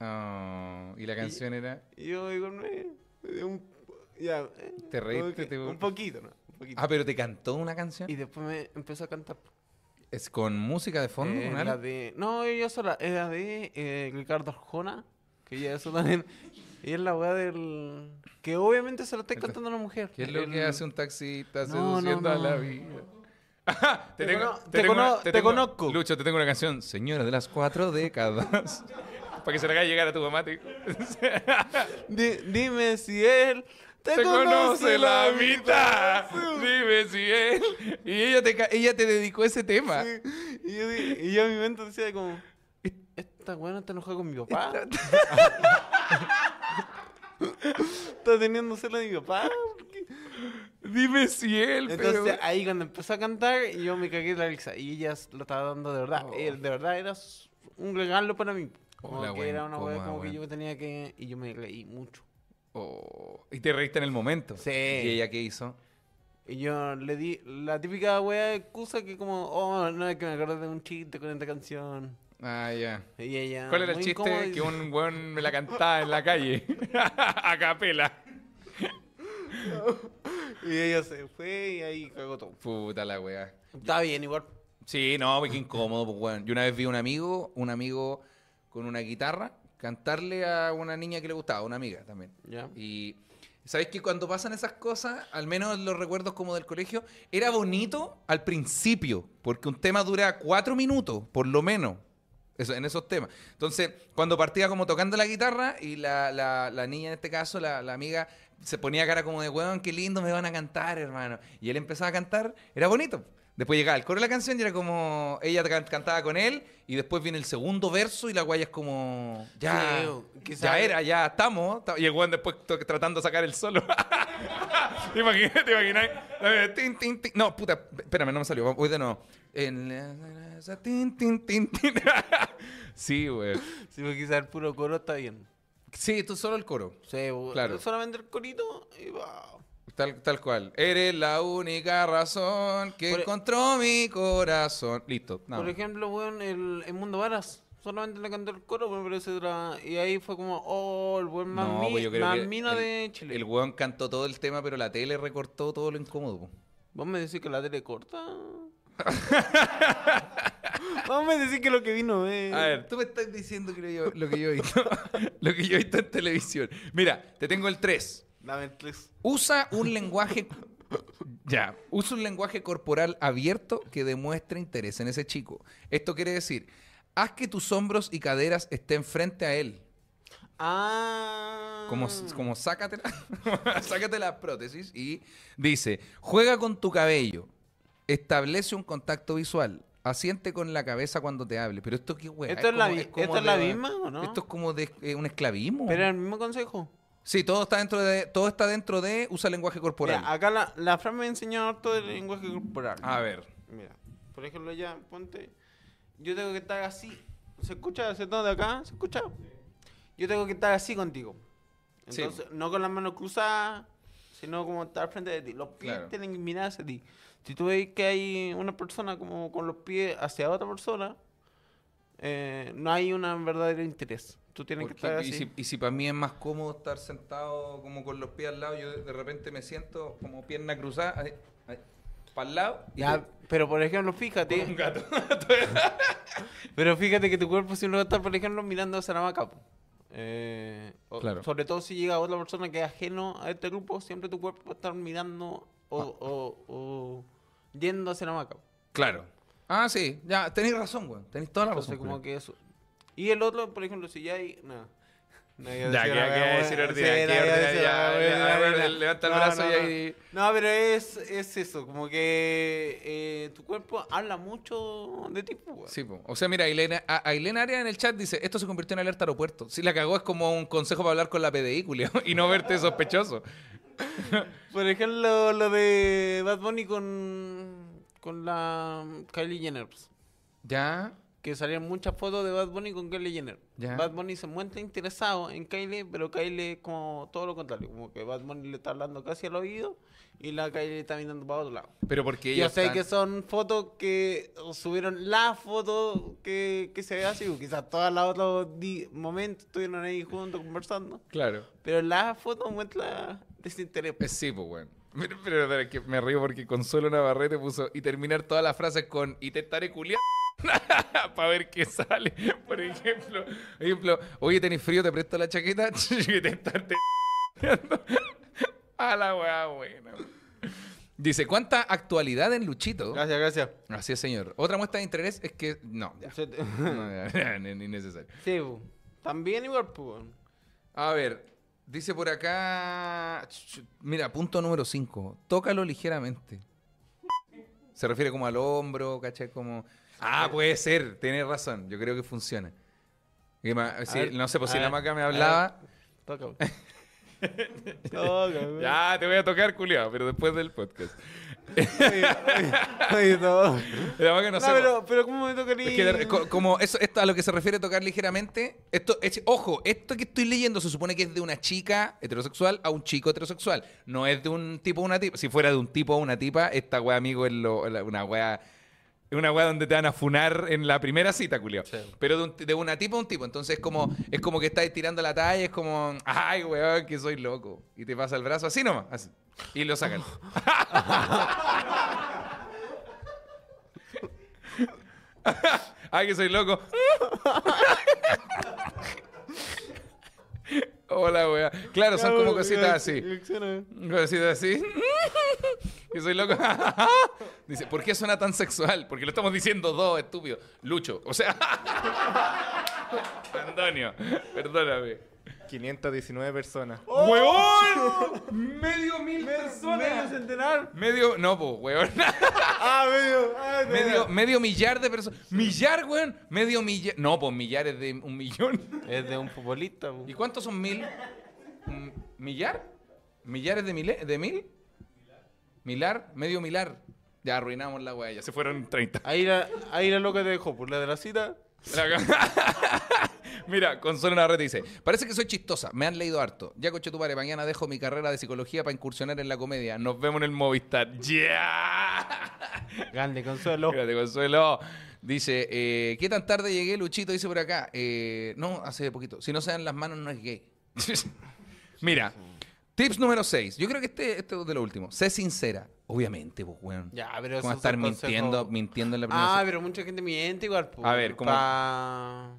Oh, y la canción era.
Y yo igual me, me dio un... Ya, eh,
Te reíste,
como que
te-
Un poquito, ¿no? Un poquito.
Ah, pero te cantó una canción.
Y después me empezó a cantar. pues.
¿Es con música de fondo?
Eh,
con algo?
la de, no, ella sola, era de eh, Ricardo Arjona, que ya eso también. Y es la weá del. Que obviamente se lo está cantando a una mujer.
¿Qué es lo que
El-
hace un taxista
No, no,
seduciendo
no.
a la vida? Ajá,
Te cono- te cono- te conozco.
Lucho, te tengo una canción. Señora de las cuatro décadas.
Para que se la haga llegar a tu mamá. te-
Di- dime si él te,
Te conoce la
vida
mitad. Dime si él.
y ella te, ca- ella te dedicó ese tema.
Y yo, di- y yo en mi mente decía como. Esta weá no está enojada con mi papá. está teniendo celos de mi papá. ¿por qué?
Dime si él,
Entonces ah.
pero...
ahí cuando empezó a cantar, yo me cagué la risa. Y ella s- lo estaba dando de verdad. Eh, de verdad era s- un regalo para mí. Como
Hola,
que era una
buen
weá
coma,
como que
buen.
yo tenía que. Y yo me reí mucho.
Oh, y te reíste en el momento.
Sí.
¿Y ella qué hizo?
Y yo le di la típica wea excusa que como, oh, no, es que me acuerdo de un chiste con esta canción.
Ah, ya.
Y ella,
¿Cuál era el
muy
chiste
incómoda, y-
que un weón me la cantaba en la calle? a capela.
Y ella se fue y ahí cagó todo.
Puta la weá.
Está bien, igual.
Sí, no, qué incómodo, pues, weón. Yo una vez vi a un amigo, un amigo con una guitarra, cantarle a una niña que le gustaba, una amiga también.
Ya.
Y sabéis que cuando pasan esas cosas, al menos los recuerdos como del colegio, era bonito al principio, porque un tema dura cuatro minutos, por lo menos. eso- en esos temas. Entonces, cuando partía como tocando la guitarra y la, la- la niña en este caso, la, la amiga, se ponía cara como de, weón, qué lindo me van a cantar, hermano. Y él empezaba a cantar, era bonito. Después llegaba el coro de la canción y era como, ella can- cantaba con él y después viene el segundo verso y la guaya es como, ya,
Sí, quizá-
ya era, ya estamos.
Y el weón después to- tratando de sacar el solo. ¿Te imaginas? ¿Te imaginas? La verdad, tin, tin, tin. No, puta, espérame, no me salió. Voy de nuevo. En la- tin, tin, tin, tin. sí, weón.
Sí, porque quizás el puro coro está bien.
Sí, tú solo el coro.
Sí,
Claro.
solamente el corito y va.
Tal, tal cual. Eres la única razón que
Por- e-
encontró mi corazón. Listo. No.
Por ejemplo, weón, el, el Mundo Varas. Solamente le cantó el coro, weón, pero ese era- Y ahí fue como, oh, el buen más,
No,
mi-
pues yo creo
más
que
mino
el-
de Chile.
El weón cantó todo el tema, pero la tele recortó todo lo incómodo. po.
¿Vos me decís que la tele corta? Vos me decís que lo que vino eh. es.
A ver, tú me estás diciendo creo yo, lo que yo he visto. lo que yo he visto en televisión. Mira, te tengo el 3.
Dame el tres.
Usa un lenguaje. ya. Usa un lenguaje corporal abierto que demuestre interés en ese chico. Esto quiere decir, haz que tus hombros y caderas estén frente a él.
Ah.
Como, como sácate, la, sácate las prótesis y dice, juega con tu cabello, establece un contacto visual, asiente con la cabeza cuando te hable. Pero esto qué weá.
¿Esto es la
como-
vi- esto es la
de-
misma o no?
Esto es como de eh, un esclavismo.
Pero el mismo consejo.
Sí, todo está dentro de, todo está dentro de usa lenguaje corporal.
Mira, acá la, la Fran me enseñó harto del lenguaje corporal.
A ver.
Mira, por ejemplo, ya, ponte. Yo tengo que estar así. ¿Se escucha ese tono de acá? ¿Se escucha? Yo tengo que estar así contigo.
Sí.
Entonces, no con las manos cruzadas, sino como estar frente de ti. Los pies
Claro.
tienen que mirar hacia ti. Si tú ves que hay una persona como con los pies hacia otra persona, eh, no hay un verdadero interés. Tú tienes que
Porque-
estar así.
y si, y si para mí es más cómodo estar sentado como con los pies al lado, yo de, de repente me siento como pierna cruzada, para el lado. y
Ya,
te-
pero por ejemplo, fíjate.
Un gato.
Pero fíjate que tu cuerpo siempre va a estar, por ejemplo, mirando hacia la vaca. po. Eh, o-
Claro.
Sobre todo si llega otra persona que es ajeno a este grupo, siempre tu cuerpo va a estar mirando o,
Ah.
o- o yendo hacia la vaca. po.
Claro.
Ah, sí, ya, tenéis razón, güey. Tenéis
Ah,
toda la razón.
Entonces, como
Julio.
que eso. Y el otro, por ejemplo, si ya hay. No. No, iba a
Ya,
"Ah,
decir
¿qué-
una
qué
wea
iba a
buena.
decir,
Sí,
ordinaria?
no,
¿Qué
iba a
ordinaria?
decir una
Ya,
wea
ya, a ver,
ordinaria.
levanta el
No,
brazo
no,
y
no.
ahí-
No, pero es, es eso, como que eh, tu cuerpo habla mucho de ti, po, wea.
Sí, po. o sea, mira, Ailena, a- Ailena Arias en el chat dice, esto se convirtió en alerta aeropuerto. Si la cagó es como un consejo para hablar con la PDI, Julio, y no verte sospechoso.
Por ejemplo, lo de Bad Bunny con, con la Kylie Jenner. pues,
Ya,
Que salían muchas fotos de Bad Bunny con Kylie Jenner.
Ya.
Bad Bunny se muestra interesado en Kylie, pero Kylie es como todo lo contrario. Como que Bad Bunny le está hablando casi al oído y la Kylie está mirando para otro lado.
pero porque
Yo
ellos
sé
están-
que son fotos que subieron la foto que, que se ve así. o Quizás todas las otros di- momentos estuvieron ahí juntos conversando.
Claro.
Pero la foto muestra desinterés.
Eh, Sí, pues, weón. Pero, pero, pero, que me río porque Consuelo Navarrete puso y terminar todas las frases con y te estaré culiando para ver qué sale. Por ejemplo, ejemplo, oye, tenés frío, te presto la chaqueta y te estaré culiando. A la weá, buena.
Dice, ¿cuánta actualidad en Luchito?
Gracias, gracias.
Así es, señor. Otra muestra de interés es que... No, ya.
Se te-
No, ya, ni- ni necesario.
Sí, po. también igual, po. weón.
A ver, dice por acá... ch- ch- Mira, punto número 5. Tócalo ligeramente. Se refiere como al hombro, ¿cachai? Como... Ah, puede ser, tienes razón. Yo creo que funciona. Y ma- sí,
ver,
no sé, pues
a
si la
ver,
maca me
a ver.
hablaba...
Toca, po. Oh, cabrón.
Ya, te voy a tocar, culiado, pero después del podcast.
Oye, oye, oye, no.
La verdad que no
No,
sé,
pero, pero ¿cómo me toca
Es que de- co- como eso, esto a lo que se refiere tocar ligeramente, esto es, ojo, esto que estoy leyendo se supone que es de una chica heterosexual a un chico heterosexual. No es de un tipo a una tipa. Si fuera de un tipo a una tipa, esta wea, amigo, es lo- la- una wea. Es una wea donde te van a funar en la primera cita, culiao. Pero de, un- de una tipa a un tipo. Entonces es como, es como que estás tirando la talla, es como, ay, weón, que soy loco. Y te pasa el brazo así nomás. así. Y lo sacan. Ay, que soy loco. Hola, wea. Claro, son como cositas así. Cositas así. Que soy loco. Dice, ¿por qué suena tan sexual? Porque lo estamos diciendo dos, estúpido. Lucho. O sea. Antonio, perdóname.
519 personas.
Oh.
¡Huevón! ¡Medio mil
Medio
personas!
centenar.
Medio. No, po, weón.
Ah, medio. ah, de-
Medio, medio millar de personas. ¿Millar, weón? Medio millar. No, pues millar es de un millón.
Es de un futbolista. bu.
¿Y cuántos son mil? Mm, ¿Millar? ¿Millares de, mile- de mil? ¿Milar? ¿Medio milar? Ya arruinamos la weá, ya se fueron 30.
Ahí la, ahí la loca te dejó, por la de la cita.
La ca- Mira, Consuelo Navarrete dice, parece que soy chistosa, me han leído harto. Ya coche tu padre, mañana dejo mi carrera de psicología para incursionar en la comedia. Nos vemos en el Movistar. ¡Yeah!
Grande, Consuelo.
Espérate, Consuelo. Dice, eh, ¿qué tan tarde llegué, Luchito? Dice por acá. Eh, no, hace poquito. Si no se dan las manos, no es gay. Mira, tips número 6. Yo creo que este, este es de lo último. Sé sincera. Obviamente, pues, weón.
Ya, pero eso
¿Cómo
es
estar
un consejo-
mintiendo, mintiendo en la primera
Ah,
cita?
pero mucha gente miente igual. po,
A ver, ¿cómo?
pa-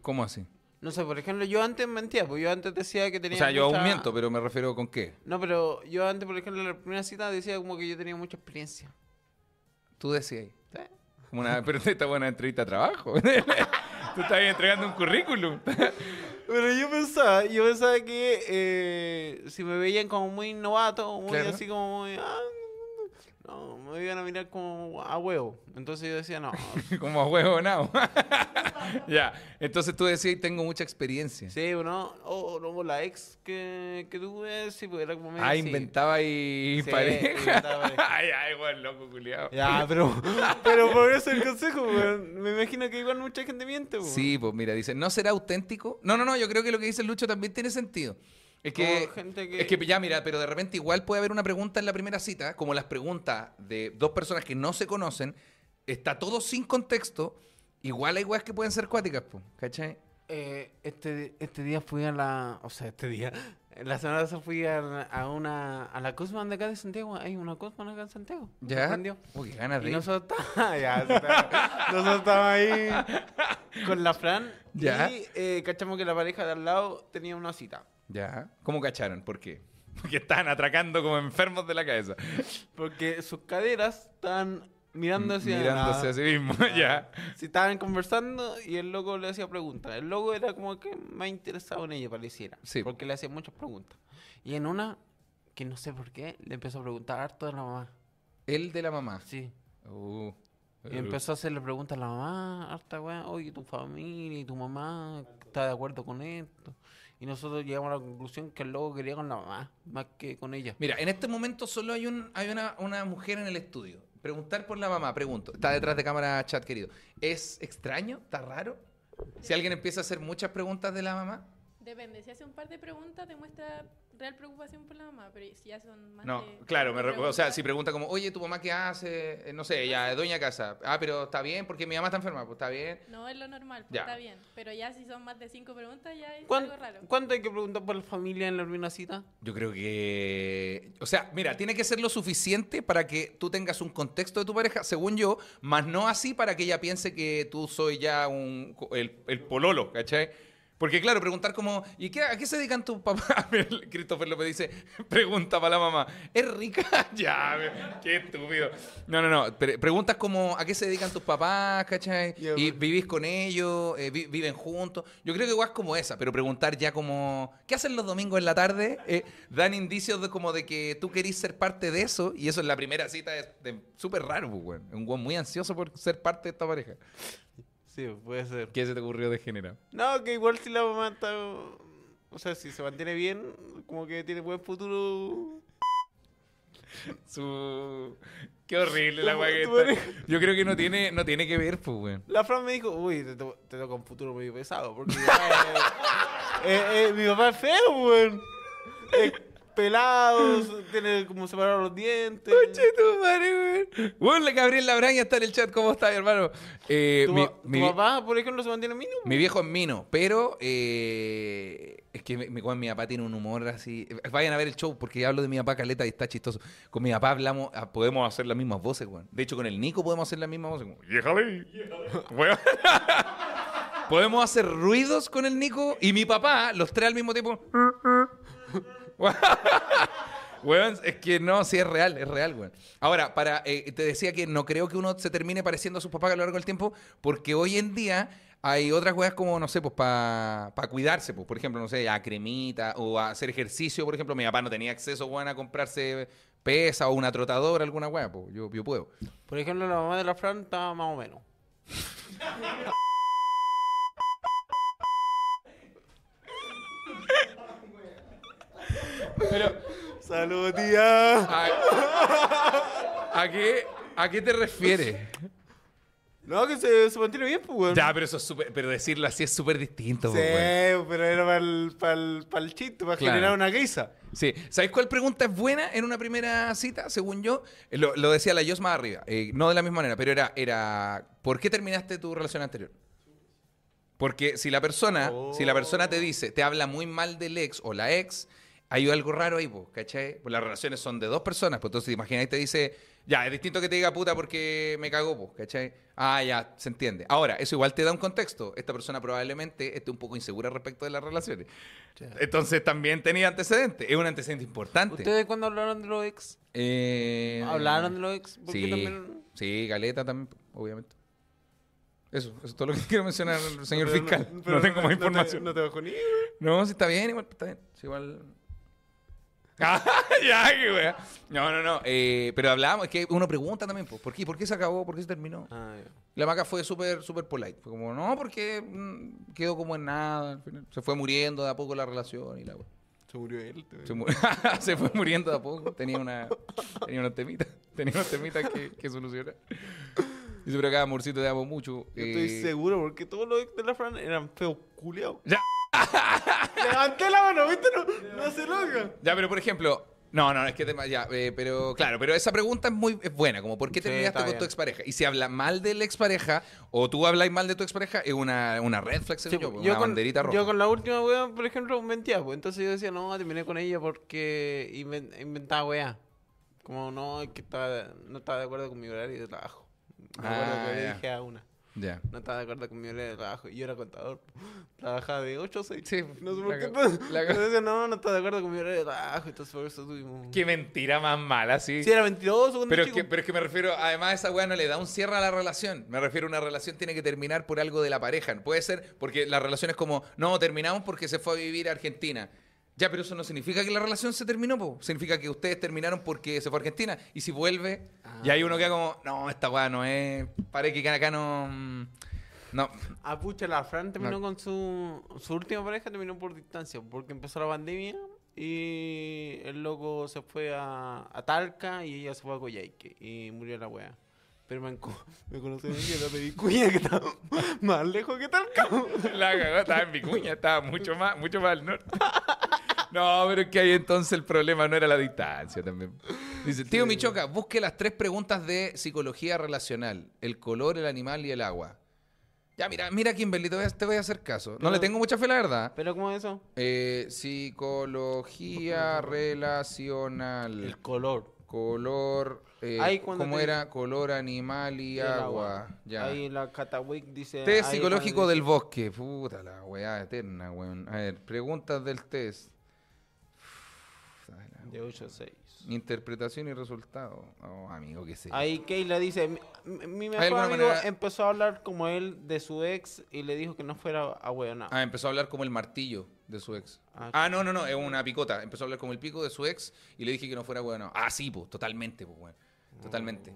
¿Cómo así?
No sé, por ejemplo, yo antes mentía, pues yo antes decía que
O
tenía.
sea, yo aún
mucha-
miento, pero me refiero con qué.
No, pero yo antes, por ejemplo, en la primera cita decía como que yo tenía mucha experiencia.
Tú decías.
¿Sí?
Como Una, pero esta es una entrevista de trabajo. Tú estás ahí entregando un currículum.
Pero yo pensaba, yo pensaba que eh, si me veían como muy novato, muy
Claro.
así como muy. ah, no, me iban a mirar como a huevo. Entonces yo decía, no.
Como a huevo, no. ya. Entonces tú decías, tengo mucha experiencia.
Sí, o no, o no, la ex que, que tuve, sí, pues era como medio
Ah,
así.
inventaba y
Sí,
pareja.
inventaba pareja.
ay, ay, weón, loco, culiado.
Ya, pero, pero por eso el consejo, weón. Me imagino que igual mucha gente miente, weón.
Sí, pues mira, dice, ¿no será auténtico? No, no, no, yo creo que lo que dice Lucho también tiene sentido. Es que,
Como gente que-
es que ya, mira, pero de repente igual puede haber una pregunta en la primera cita, como las preguntas de dos personas que no se conocen, está todo sin contexto, igual hay weas que pueden ser cuáticas, pues, ¿cachai?
Eh, este, este día fui a la. O sea, este día. La semana pasada fui a, a una. A la Cosman de acá de Santiago. Hay una Cosman acá en Santiago. Me
¿Ya? Ah,
sorprendió.
Uy, qué ganas de
Y
ir.
nosotros estábamos. ya, sí, estábamos- nosotros estábamos ahí. Con la Fran.
Ya.
Y eh, cachamos que la pareja de al lado tenía una cita.
Ya. ¿Cómo cacharon? ¿Por qué? Porque estaban atracando como enfermos de la cabeza.
Porque sus caderas estaban mirando hacia.
Mirándose a sí mismos, ya.
Ah, Si estaban conversando y el loco le hacía preguntas. El loco era como que más interesado en ella, pareciera.
Sí.
Porque le hacía muchas preguntas. Y en una, que no sé por qué, le empezó a preguntar harto de la mamá.
El de la mamá.
Sí.
Uh.
Y empezó a hacerle preguntas a la mamá, harta weá. Oye, tu familia y tu mamá, ¿está de acuerdo con esto? Y nosotros llegamos a la conclusión que el loco quería con la mamá, más que con ella.
Mira, en este momento solo hay, un, hay una, una mujer en el estudio. Preguntar por la mamá, pregunto. Está detrás de cámara, chat querido. ¿Es extraño? ¿Está raro? Si alguien empieza a hacer muchas preguntas de la mamá.
Depende, si hace un par de preguntas demuestra real preocupación por la mamá, pero si ya son más
No,
de-
claro, me re- o sea,
preguntas,
si pregunta como, oye, ¿tu mamá qué hace? Eh, No sé, ella es dueña de casa. Ah, pero está bien, porque mi mamá está enferma, pues está bien.
No es lo normal, pues,
Ya.
está bien, pero ya si son más de cinco preguntas ya es
¿Cuán-
algo raro.
¿Cuánto hay que preguntar por la familia en la primera cita?
Yo creo que. O sea, mira, tiene que ser lo suficiente para que tú tengas un contexto de tu pareja, según yo, más no así para que ella piense que tú soy ya un, co- el, el pololo, ¿cachai? Porque, claro, preguntar como, ¿y qué, a qué se dedican tus papás? El Christopher López dice, pregunta para la mamá, ¿es rica? ya, me- qué estúpido. No, no, no, pre- preguntas como, ¿a qué se dedican tus papás? ¿Cachai?
Ya,
¿Y
pues.
vivís con ellos? Eh, vi- ¿Viven juntos? Yo creo que igual es como esa, pero preguntar ya como, ¿qué hacen los domingos en la tarde? Eh, dan indicios de como de que tú querís ser parte de eso, y eso en la primera cita es de- súper raro, pues, weón. Un weón muy ansioso por ser parte de esta pareja.
Sí, puede ser.
¿Qué se te ocurrió de género?
No, que igual si la mamá está. O sea, si se mantiene bien, como que tiene buen futuro.
Su... Qué horrible la
Tu-
weá que
tu
está.
pareja.
Yo creo que no tiene, no tiene que ver, pues, weón.
La Fran me dijo, uy, te, to- te toca un futuro muy pesado. Porque mi papá es, eh, eh, mi papá es feo, weón. Es pelado, s- tiene como separados los dientes.
Che, tu madre, weón. Weón, la Gabriel Labraña está en el chat. ¿Cómo está, mi hermano? Eh,
tu
mi,
pa- tu
mi-
papá, por ejemplo, se mantiene mínimo.
Mi viejo es mino, pero eh, es que mi, mi- weón, mi papá tiene un humor así. Vayan a ver el show porque ya hablo de mi papá Caleta y está chistoso. Con mi papá hablamos, ah, podemos hacer las mismas voces, weón. De hecho, con el Nico podemos hacer las mismas voces. como,
Yéjale. Weón.
Podemos hacer ruidos con el Nico y mi papá, los tres al mismo tiempo. Weón, es que no, sí es real, es real, weón. Ahora, para, eh, te decía que no creo que uno se termine pareciendo a sus papás a lo largo del tiempo, porque hoy en día hay otras weas como, no sé, pues para cuidarse, pues, por ejemplo, no sé, a cremita o a hacer ejercicio, por ejemplo. Mi papá no tenía acceso, weón, a comprarse pesa o una trotadora, alguna wea, pues yo, yo puedo.
Por ejemplo, la mamá de la Fran está más o menos. Salud, tía.
¿A, a qué, ¿A qué te refieres?
No, que se, se mantiene bien, pues, weón.
Ya, pero eso es súper- pero decirlo así es súper distinto,
Sí,
pues, weón.
pero era para el, chiste, para
Claro.
generar una guisa.
Sí, ¿sabéis cuál pregunta es buena en una primera cita? Según yo, Eh, lo, lo decía la Jos más arriba, eh, no de la misma manera, pero era, era, ¿por qué terminaste tu relación anterior? Porque si la persona, si la persona te dice, te habla muy mal del ex o la ex, hay algo raro ahí, po, ¿cachai? Pues las relaciones son de dos personas, pues entonces te imaginas y te dice, ya, es distinto que te diga puta porque me cagó, po, ¿cachai? Ah, ya, se entiende. Ahora, eso igual te da un contexto. Esta persona probablemente esté un poco insegura respecto de las relaciones. Entonces también tenía antecedentes. Es un antecedente importante.
¿Ustedes cuando hablaron de los ex?
Eh,
¿Hablaron de los ex? Porque
Sí,
también...
sí, Galeta también, obviamente. Eso, eso es todo lo que quiero mencionar, señor
Pero
fiscal. No,
pero
tengo más
te-
información.
No te, bajó ni...
No, si está bien, igual está bien. Si igual.
Ah, ya, qué weón.
No, no, no. eh, pero hablábamos, es que uno pregunta también, pues, ¿por qué? ¿Por qué se acabó? ¿Por qué se terminó?
Ah, ya.
La maca fue súper, súper polite. Fue como, no, porque mm, quedó como en nada. al final. Se fue muriendo de a poco la relación y la wea.
Se murió él. te-
Se, mu- se fue muriendo de a poco. Tenía una, tenía una temita. Tenía unas temitas que, que solucionar. Dice, pero acá, amorcito, te amo mucho.
Yo estoy
eh,
seguro, porque todos los ex de la Fran eran feos culiados.
Ya.
Levanté la mano, ¿viste? No, no se loca.
Ya, pero por ejemplo, no, no, es que tema, ya, eh, pero claro, pero esa pregunta es muy es buena, como ¿por qué
Sí,
terminaste
está
con
bien.
tu expareja? Y si habla mal de la expareja o tú hablas mal de tu expareja, es una, una red flag, según yo, una banderita roja.
yo con la última wea, por ejemplo, mentía. Pues. Entonces yo decía, no, terminé con ella porque inven- inventaba wea. Como no, es que estaba, no estaba de acuerdo con mi horario de trabajo. Me acuerdo
Ah,
que le
ya.
dije a una.
Ya.
No estaba de acuerdo con mi horario de trabajo. Y yo era contador. Trabajaba de 8 a 6.
Sí,
no sé
la
por qué.
cagó,
Entonces,
la cagó.
no, no estaba de acuerdo con mi horario de trabajo. Entonces por eso tuvimos.
Qué mentira más mala, sí.
Sí, era mentiroso. cuando
Pero es,
chico.
que, pero es que me refiero, además esa weá no le da un cierre a la relación. Me refiero a una relación tiene que terminar por algo de la pareja. Puede ser porque la relación es como, no, terminamos porque se fue a vivir a Argentina. Ya, pero eso no significa que la relación se terminó, po. significa que ustedes terminaron porque se fue a Argentina. Y si vuelve, y hay uno que como, no, esta weá no es, parece que acá no... mm, No,
Ah, pucha, la Fran terminó
No.
con su, su última pareja, terminó por distancia, porque empezó la pandemia y el loco se fue a, a Talca y ella se fue a Coyhaique y murió la wea. Pero me, enco- me conocí y la pedí cuña que está más lejos que Talca.
La cagó, estaba en Vicuña, estaba mucho más, mucho más al norte. No, pero es que ahí entonces el problema no era la distancia también.
Dice, tío Michoca, busque las tres preguntas de psicología relacional: el color, el animal y el agua. Ya, mira, mira, Kimberly, te voy a, te voy a hacer caso. No
Pero-
le tengo mucha fe, la verdad.
Pero ¿cómo es eso?
Eh, psicología relacional.
El color.
Color. eh,
Ahí cuando
¿Cómo
te-
era? Color, animal y,
y el
agua. Ya.
Ahí la Catawik dice...
Test
Eh, ahí
psicológico
cuando
del
dice-
bosque. Puta la weá eterna, weón. A ver, preguntas del test.
De 8 a 6.
Interpretación y resultado. Oh, amigo, qué sé yo.
Ahí Keila dice, mi, mi- mi mejor
alguna
amigo
manera-
empezó a hablar como él de su ex y le dijo que no fuera a hueonar.
Ah, empezó a hablar como el martillo de su ex.
Ah,
Ah, no, no, no, es una picota. Empezó a
Mm.
hablar como el pico de su ex y le dije que no fuera bueno. Ah, sí, pues, totalmente, pues, weón. Totalmente.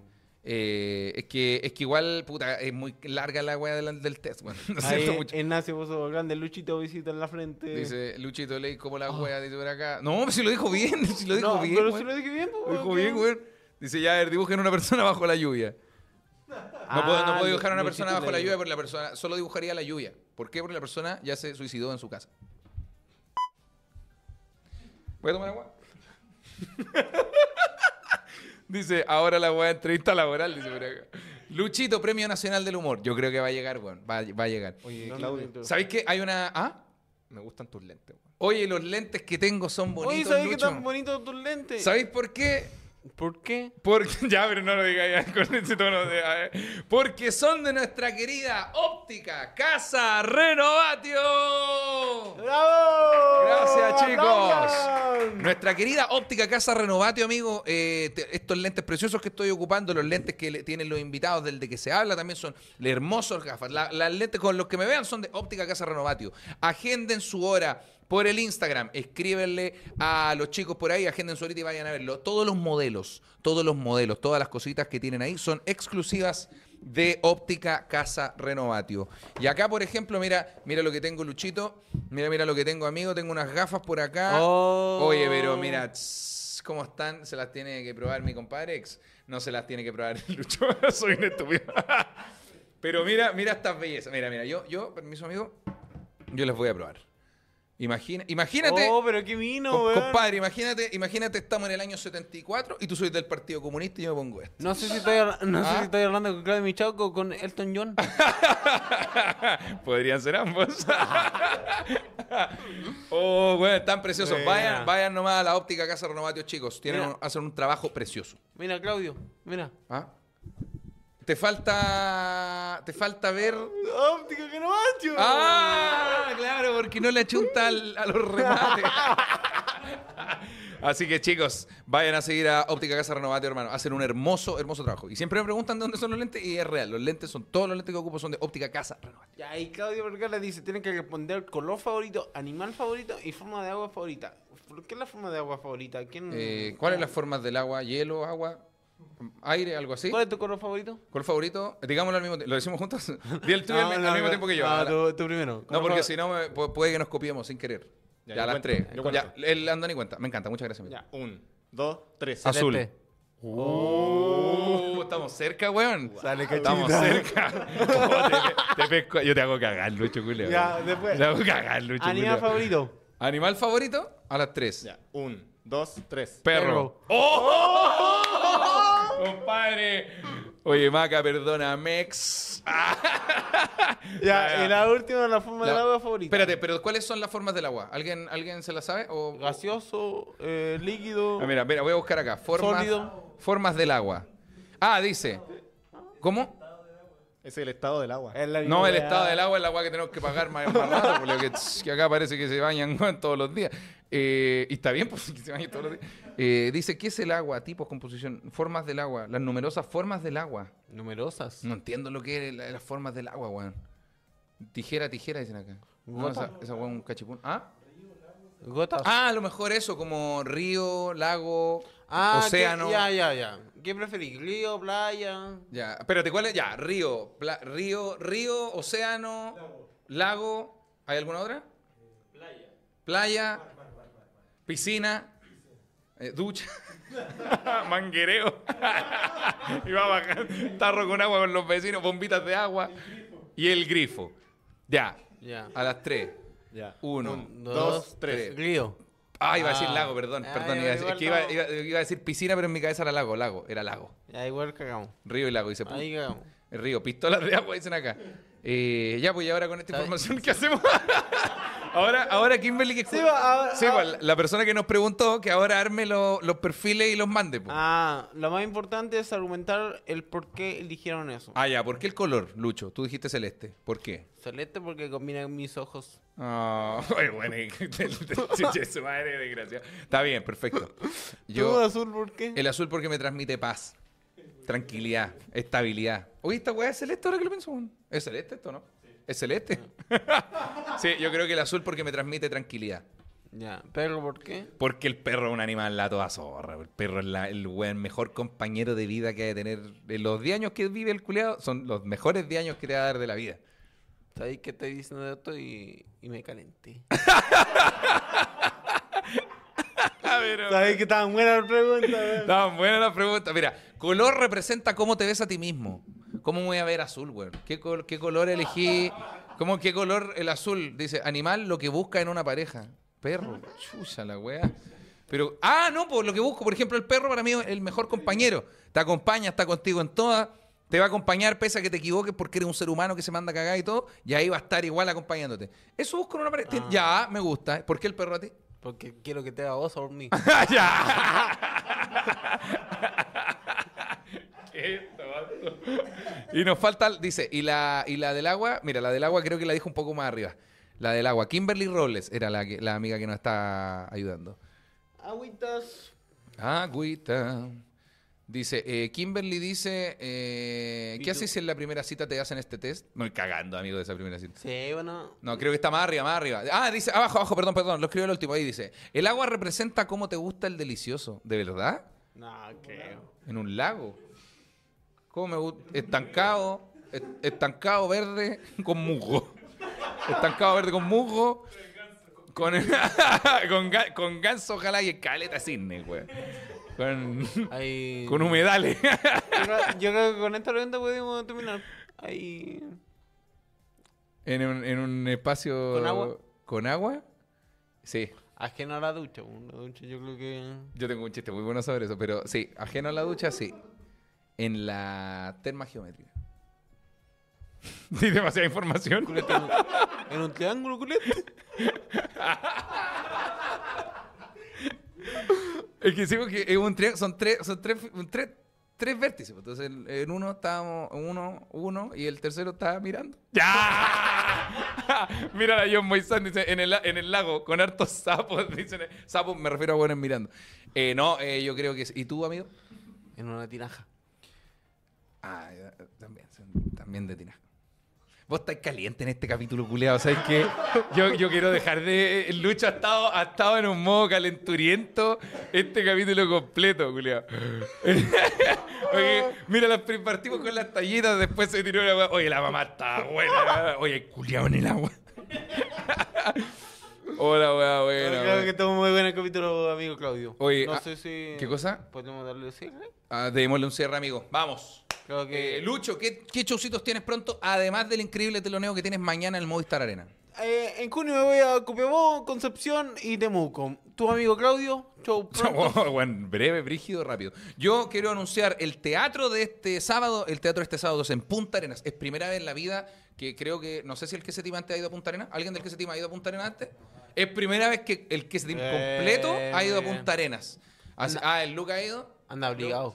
Eh, es, que, es que igual, puta, es muy larga la weá del, del test, weón. Lo siento
Ahí, eh,
mucho.
Ignacio puso grande Luchito visita en la frente.
Dice Luchito Ley, ¿cómo la weá de tu acá? No, pero si lo dijo bien, si lo dijo
oh. no,
bien.
pero
weón.
si lo dije bien, pues,
Lo dijo
weón,
bien,
¿qué?
weón. Dice, ya, a ver, dibujen una persona bajo la lluvia. No puedo, no
Ah,
puedo dibujar a una
Luchito
persona bajo la
Ley.
lluvia porque la persona solo dibujaría la lluvia. ¿Por qué? Porque la persona ya se suicidó en su casa. ¿Voy a tomar agua? dice, ahora la weá entrevista laboral, dice por acá. Luchito, Premio Nacional del Humor. Yo creo que va a llegar, weón. Va, va a llegar.
Oye,
No, no,
Claudio,
no, no.
¿Sabéis que hay una. ¿Ah?
me gustan tus lentes, weón.
Oye, los lentes que tengo son
Oye,
bonitos.
¿sabes qué
Lucho.
tan bonitos tus lentes?
¿Sabéis por qué?
¿Por qué?
Porque, ya, pero no lo digáis ya, con ese tono de- a ver. Porque son de nuestra querida óptica Casa Renovatio.
¡Bravo!
Gracias, chicos.
¡Aplaudan!
Nuestra querida óptica Casa Renovatio, amigo. eh, te- estos lentes preciosos que estoy ocupando, los lentes que le- tienen los invitados del de que se habla también son hermosos gafas. La- las lentes con los que me vean son de óptica Casa Renovatio. Agenden su hora. Por el Instagram, escríbenle a los chicos por ahí, agenden su horita y vayan a verlo. Todos los modelos, todos los modelos, todas las cositas que tienen ahí son exclusivas de óptica Casa Renovatio. Y acá, por ejemplo, mira, mira lo que tengo, Luchito. Mira, mira lo que tengo, amigo. Tengo unas gafas por acá.
Oh.
Ah. Oye, pero mira, tss, ¿cómo están? Se las tiene que probar mi compadre ex. No se las tiene que probar el Lucho. Soy un estúpido. pero mira, mira estas bellezas. Mira, mira, yo, yo, permiso, amigo, yo las voy a probar. Imagina, imagínate.
Oh, pero qué vino,
com-
weón.
compadre, imagínate, imagínate, estamos en el año 74 y tú sois del Partido Comunista y yo me pongo esto.
No sé si estoy, habla- no sé
¿Ah?
si estoy hablando con Claudio Michauco o con Elton John.
Podrían ser ambos. oh, bueno, están preciosos.
Buena.
Vayan, vayan nomás a la óptica Casa Renovatio, chicos. Tienen
Mira.
un- hacen un trabajo precioso.
Mira, Claudio, mira.
¿Ah? Te falta. Te falta ver.
¡Óptica que no macho!
¡Ah! Claro, porque no le achunta al- a los remates. Así que chicos, vayan a seguir a Óptica Casa Renovate, hermano. Hacen un hermoso, hermoso trabajo. Y siempre me preguntan de dónde son los lentes y es real. Los lentes son, todos los lentes que ocupo son de Óptica Casa Renovate.
Y ahí Claudio Vergara dice, tienen que responder color favorito, animal favorito y forma de agua favorita. ¿Por qué la forma de agua favorita? ¿Quién,
Eh, ¿Cuáles
Ah.
las formas del agua? ¿Hielo, agua, aire, algo así?
¿Cuál
¿Cuál
es tu color favorito?
es favorito? Digámoslo al mismo tiempo. ¿Lo decimos juntos? Di el tuyo al, mi- al mismo tiempo que yo.
No, Ah,
A la-
tú, tú primero.
No,
Color
porque
favor-
si no, me- pu- puede que nos copiemos sin querer. Ya,
Ya, yo
a las
cuento,
tres.
yo
Ya,
cuento.
el Andoni cuenta. Me encanta, muchas gracias. amigo.
Ya.
Un, dos, tres.
Azul.
Celeste.
Oh, estamos cerca, weón.
Sale
Estamos
cachita.
cerca. Oh, te, te pesco- Yo te hago cagar, Lucho Julio.
Ya, después.
Te hago cagar, Lucho
Ah, Animal
culiao.
favorito.
Animal favorito a las tres.
Ya, un, dos, tres.
Perro.
Perro.
¡Oh! Compadre. Oye, Maca, perdona, Mex.
Ya, y la última, la forma
La-
del agua favorita.
Ah, Espérate, pero ¿cuáles son las formas del agua? ¿Alguien, ¿alguien se la sabe? ¿O...
Gaseoso, eh, líquido.
Ah, mira, mira, voy a buscar acá. Formas,
Sólido.
formas del agua. Ah, dice. ¿Cómo?
Es el estado del agua.
Es la
No, el
misma
estado
weá.
del agua es la agua que tenemos que pagar más, más rato, por lo que, que acá parece que se bañan weón, todos los días. Eh, y está bien, pues, que se bañen todos los días. Eh, dice, ¿qué es el agua? Tipos, composición, formas del agua, las numerosas formas del agua.
Numerosas.
No entiendo lo que es la- las formas del agua, weón. Tijera, tijera, dicen acá. No, esa, esa weón es un cachipún. ¿Ah?
Gotas.
ah, a lo mejor eso, como río, lago,
Ah,
océano.
que- ya, ya, ya. ¿Qué preferís? ¿Río, playa?
Ya, espérate, ¿cuál es? Ya, río, pla- río, río, océano, lago. ¿Hay alguna otra? Playa. Playa. Piscina. eh, ducha. Manguereo. y va a bajar tarro con agua con los vecinos, bombitas de agua. Y el grifo. Ya,
Ya.
a las tres.
Ya.
Uno,
Un,
dos,
dos, tres.
Río.
Ah, iba a decir
Ah.
lago, perdón,
Ah,
perdón. iba a
ya, igual
decir- es que iba,
no.
iba- iba a decir piscina, pero en mi cabeza era lago, lago, era lago.
Ya, igual cagamos.
Río y lago, dice.
Ahí cagamos.
El río, pistolas de agua, dicen acá. Eh, ya, pues y ahora con esta
¿Sabes?
información, ¿qué hacemos? ahora, ahora Kimberly que
Sí, va, ahora-
Sí,
ahora-
pues, la persona que nos preguntó que ahora arme lo- los perfiles y los mande. pues. Ah.
Ah, lo más importante es argumentar el por qué eligieron eso.
ya, ¿por qué el color, Lucho? Tú dijiste celeste. ¿Por qué?
Celeste porque combina mis ojos.
Ah, oye, bueno, y- chuche, su madre, desgraciado. Está bien, perfecto.
¿Tú
Yo,
azul por qué?
el azul porque me transmite paz, tranquilidad, estabilidad. Oye, esta weá es celeste ahora que lo pienso. weón. ¿Es celeste esto, no? ¿Es celeste? sí, yo creo que el azul porque me transmite tranquilidad.
Ya, pero ¿por qué?
Porque el perro es un animal la toda zorra. El perro es la- el weón mejor compañero de vida que hay de tener. Eh, Los 10 años que vive el culeado son los mejores 10 años que te va a dar de la vida.
¿Sabes qué te dicen de esto? Y, y me calenté. ¿Sabes que tan buena la pregunta? weón?
Estaban buenas las preguntas. Mira, color representa cómo te ves a ti mismo. ¿Cómo me voy a ver azul, weón? ¿Qué, col- qué color elegí? ¿Cómo qué color el azul? Dice, animal, lo que busca en una pareja. Perro, chucha la weá. Pero, ah, no, pues lo que busco, por ejemplo, el perro para mí es el mejor compañero. Te acompaña, está contigo en todas. Te va a acompañar pese a que te equivoques porque eres un ser humano que se manda a cagar y todo. Y ahí va a estar igual acompañándote. Eso busco en una pareja. Tien- Ya, me gusta. ¿Por qué el perro a ti?
Porque quiero que te haga vos por mí.
Y nos falta, dice, y la, y la del agua, mira, la del agua creo que la dijo un poco más arriba. La del agua, Kimberly Robles era la, que- la amiga que nos está ayudando.
Agüitas.
Agüita. Dice, eh, Kimberly dice, eh,
¿Y
¿qué
tú?
haces si en la primera cita te hacen este test? Me voy cagando, amigo, de esa primera cita.
Sí, bueno.
No, creo que está más arriba, más arriba. Ah, dice, abajo, abajo, perdón, perdón, lo escribió el último. Ahí dice, el agua representa cómo te gusta el delicioso. ¿De verdad?
No, creo.
En un lago. ¿Cómo me gusta? Estancado, est- estancado verde con musgo. Estancado verde con musgo. Con, con, ga- con ganso, ojalá y escaleta cisne, güey. Con,
Ahí...
con humedales.
Yo creo- Yo creo que con esta pregunta podemos terminar. Ahí...
en, un, en un espacio.
¿Con agua?
¿Con agua? Sí.
Ajeno a la ducha. bueno, La ducha yo creo que...
Yo tengo un chiste muy bueno sobre eso, pero sí, ajeno a la ducha, sí. En la terma geométrica. Di demasiada información.
Culete en un- en un triángulo, culete.
Es que sí, porque es un tria- son tres, son tres, un tres, tres vértices. pues, Entonces, en, en uno estábamos, uno, uno, y el tercero estaba mirando.
¡Ya! Mira la John Moisés dice, en el, la- en el lago, con hartos sapos, dicen.
Sapo, me refiero a buenos mirando. Eh, no, eh, yo creo que sí. ¿Y tú, amigo?
En una tinaja.
Ah,
eh,
ya, también, son- también de tinaja. Vos estáis caliente en este capítulo, culeado. ¿Sabes qué?
Yo, yo quiero dejar de... eh, Lucho ha estado, ha estado en un modo calenturiento este capítulo completo, culiao. Oye, mira, las pri- partimos con las tallitas, después se tiró la... weá. Oye, la mamá está buena. Oye, culiao en el agua. Hola, weá, buena.
Creo
weá.
que estuvo muy buen el capítulo, amigo Claudio.
Oye,
no
ah,
sé si...
¿qué cosa?
¿Podemos darle cierre?
Ah, démosle un cierre, amigo. Vamos.
Creo que...
Eh, Lucho, ¿qué, ¿qué showcitos tienes pronto? Además del increíble teloneo que tienes mañana en el Movistar Arena.
Eh, en junio me voy a Copiapó, Concepción y Temuco. Tu amigo Claudio, show pronto.
Oh, Bueno, breve, brígido, rápido. Yo quiero anunciar el teatro de este sábado. El teatro de este sábado es en Punta Arenas. Es primera vez en la vida que creo que. No sé si el que se tima antes ha ido a Punta Arenas. ¿Alguien del que se tima ha ido a Punta Arenas antes? Es primera vez que el que se tima
Eh,
completo ha ido a
bien.
Punta Arenas. Así- ah, el Luca ha ido.
Anda obligado.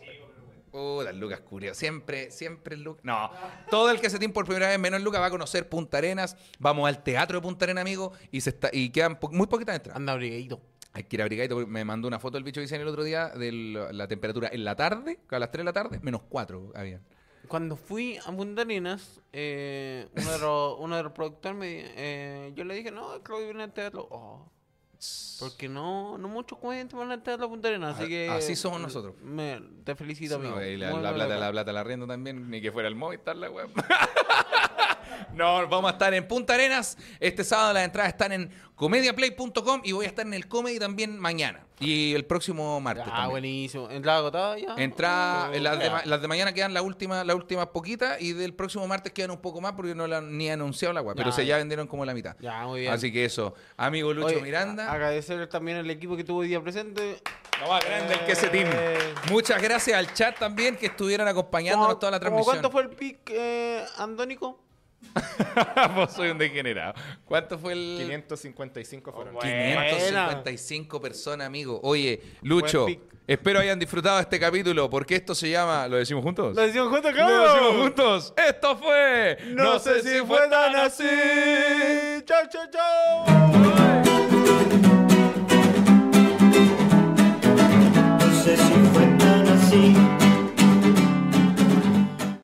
Puta, el Lucas Curio. Siempre, siempre el Lucas. No, todo el que se tiene por primera vez, menos el Lucas, va a conocer Punta Arenas. Vamos al teatro de Punta Arenas, amigo. Y se está, y quedan po- muy poquitas entradas.
Anda obligadito.
Hay que ir abrigadito. porque Me mandó una foto del bicho que hice el otro día de la temperatura en la tarde, a las 3 de la tarde, menos 4 había.
Cuando fui a Punta Arenas, eh, uno, de los, uno de los productores me eh, yo le dije, no, Claudio viene al teatro. Oh, porque no, no muchos comediantes van al teatro a Punta Arenas, así
A-
que...
Ah, así somos nosotros.
me- te felicito, amigo.
No, y la,
Muy pues.
la
buen
plata,
local.
la plata, la rienda también, ni que fuera el Movistar la web. no, vamos a estar en Punta Arenas. Este sábado las entradas están en comediaplay.com y voy a estar en el comedy también mañana. Y el próximo martes.
Ah,
también.
buenísimo. ¿Entrada agotada ya?
Entra,
Oh,
las, de,
ya.
ma- las de mañana quedan las últimas las últimas poquitas y del próximo martes quedan un poco más porque no la han ni anunciado la web, pero
Ya,
se
ya.
ya vendieron como la mitad.
Ya, muy bien.
Así que eso, amigo Lucho
Oye,
Miranda.
a- Agradecer también al equipo que tuvo hoy día presente.
Lo más grande el que se team.
Eh.
Muchas gracias al chat también que estuvieron acompañándonos
¿Cómo-
toda la
cómo
transmisión.
¿Cuánto fue el pic eh, andónico?
Vos soy un degenerado.
¿Cuánto fue el
555 fueron.
bueno.
555 personas, amigo? Oye, Lucho,
Buen pic.
espero hayan disfrutado este capítulo porque esto se llama, ¿lo decimos juntos?
Lo decimos juntos,
Lo decimos
cabrón.
juntos. Esto fue...
No sé si fue tan así. Chao, chao, chao.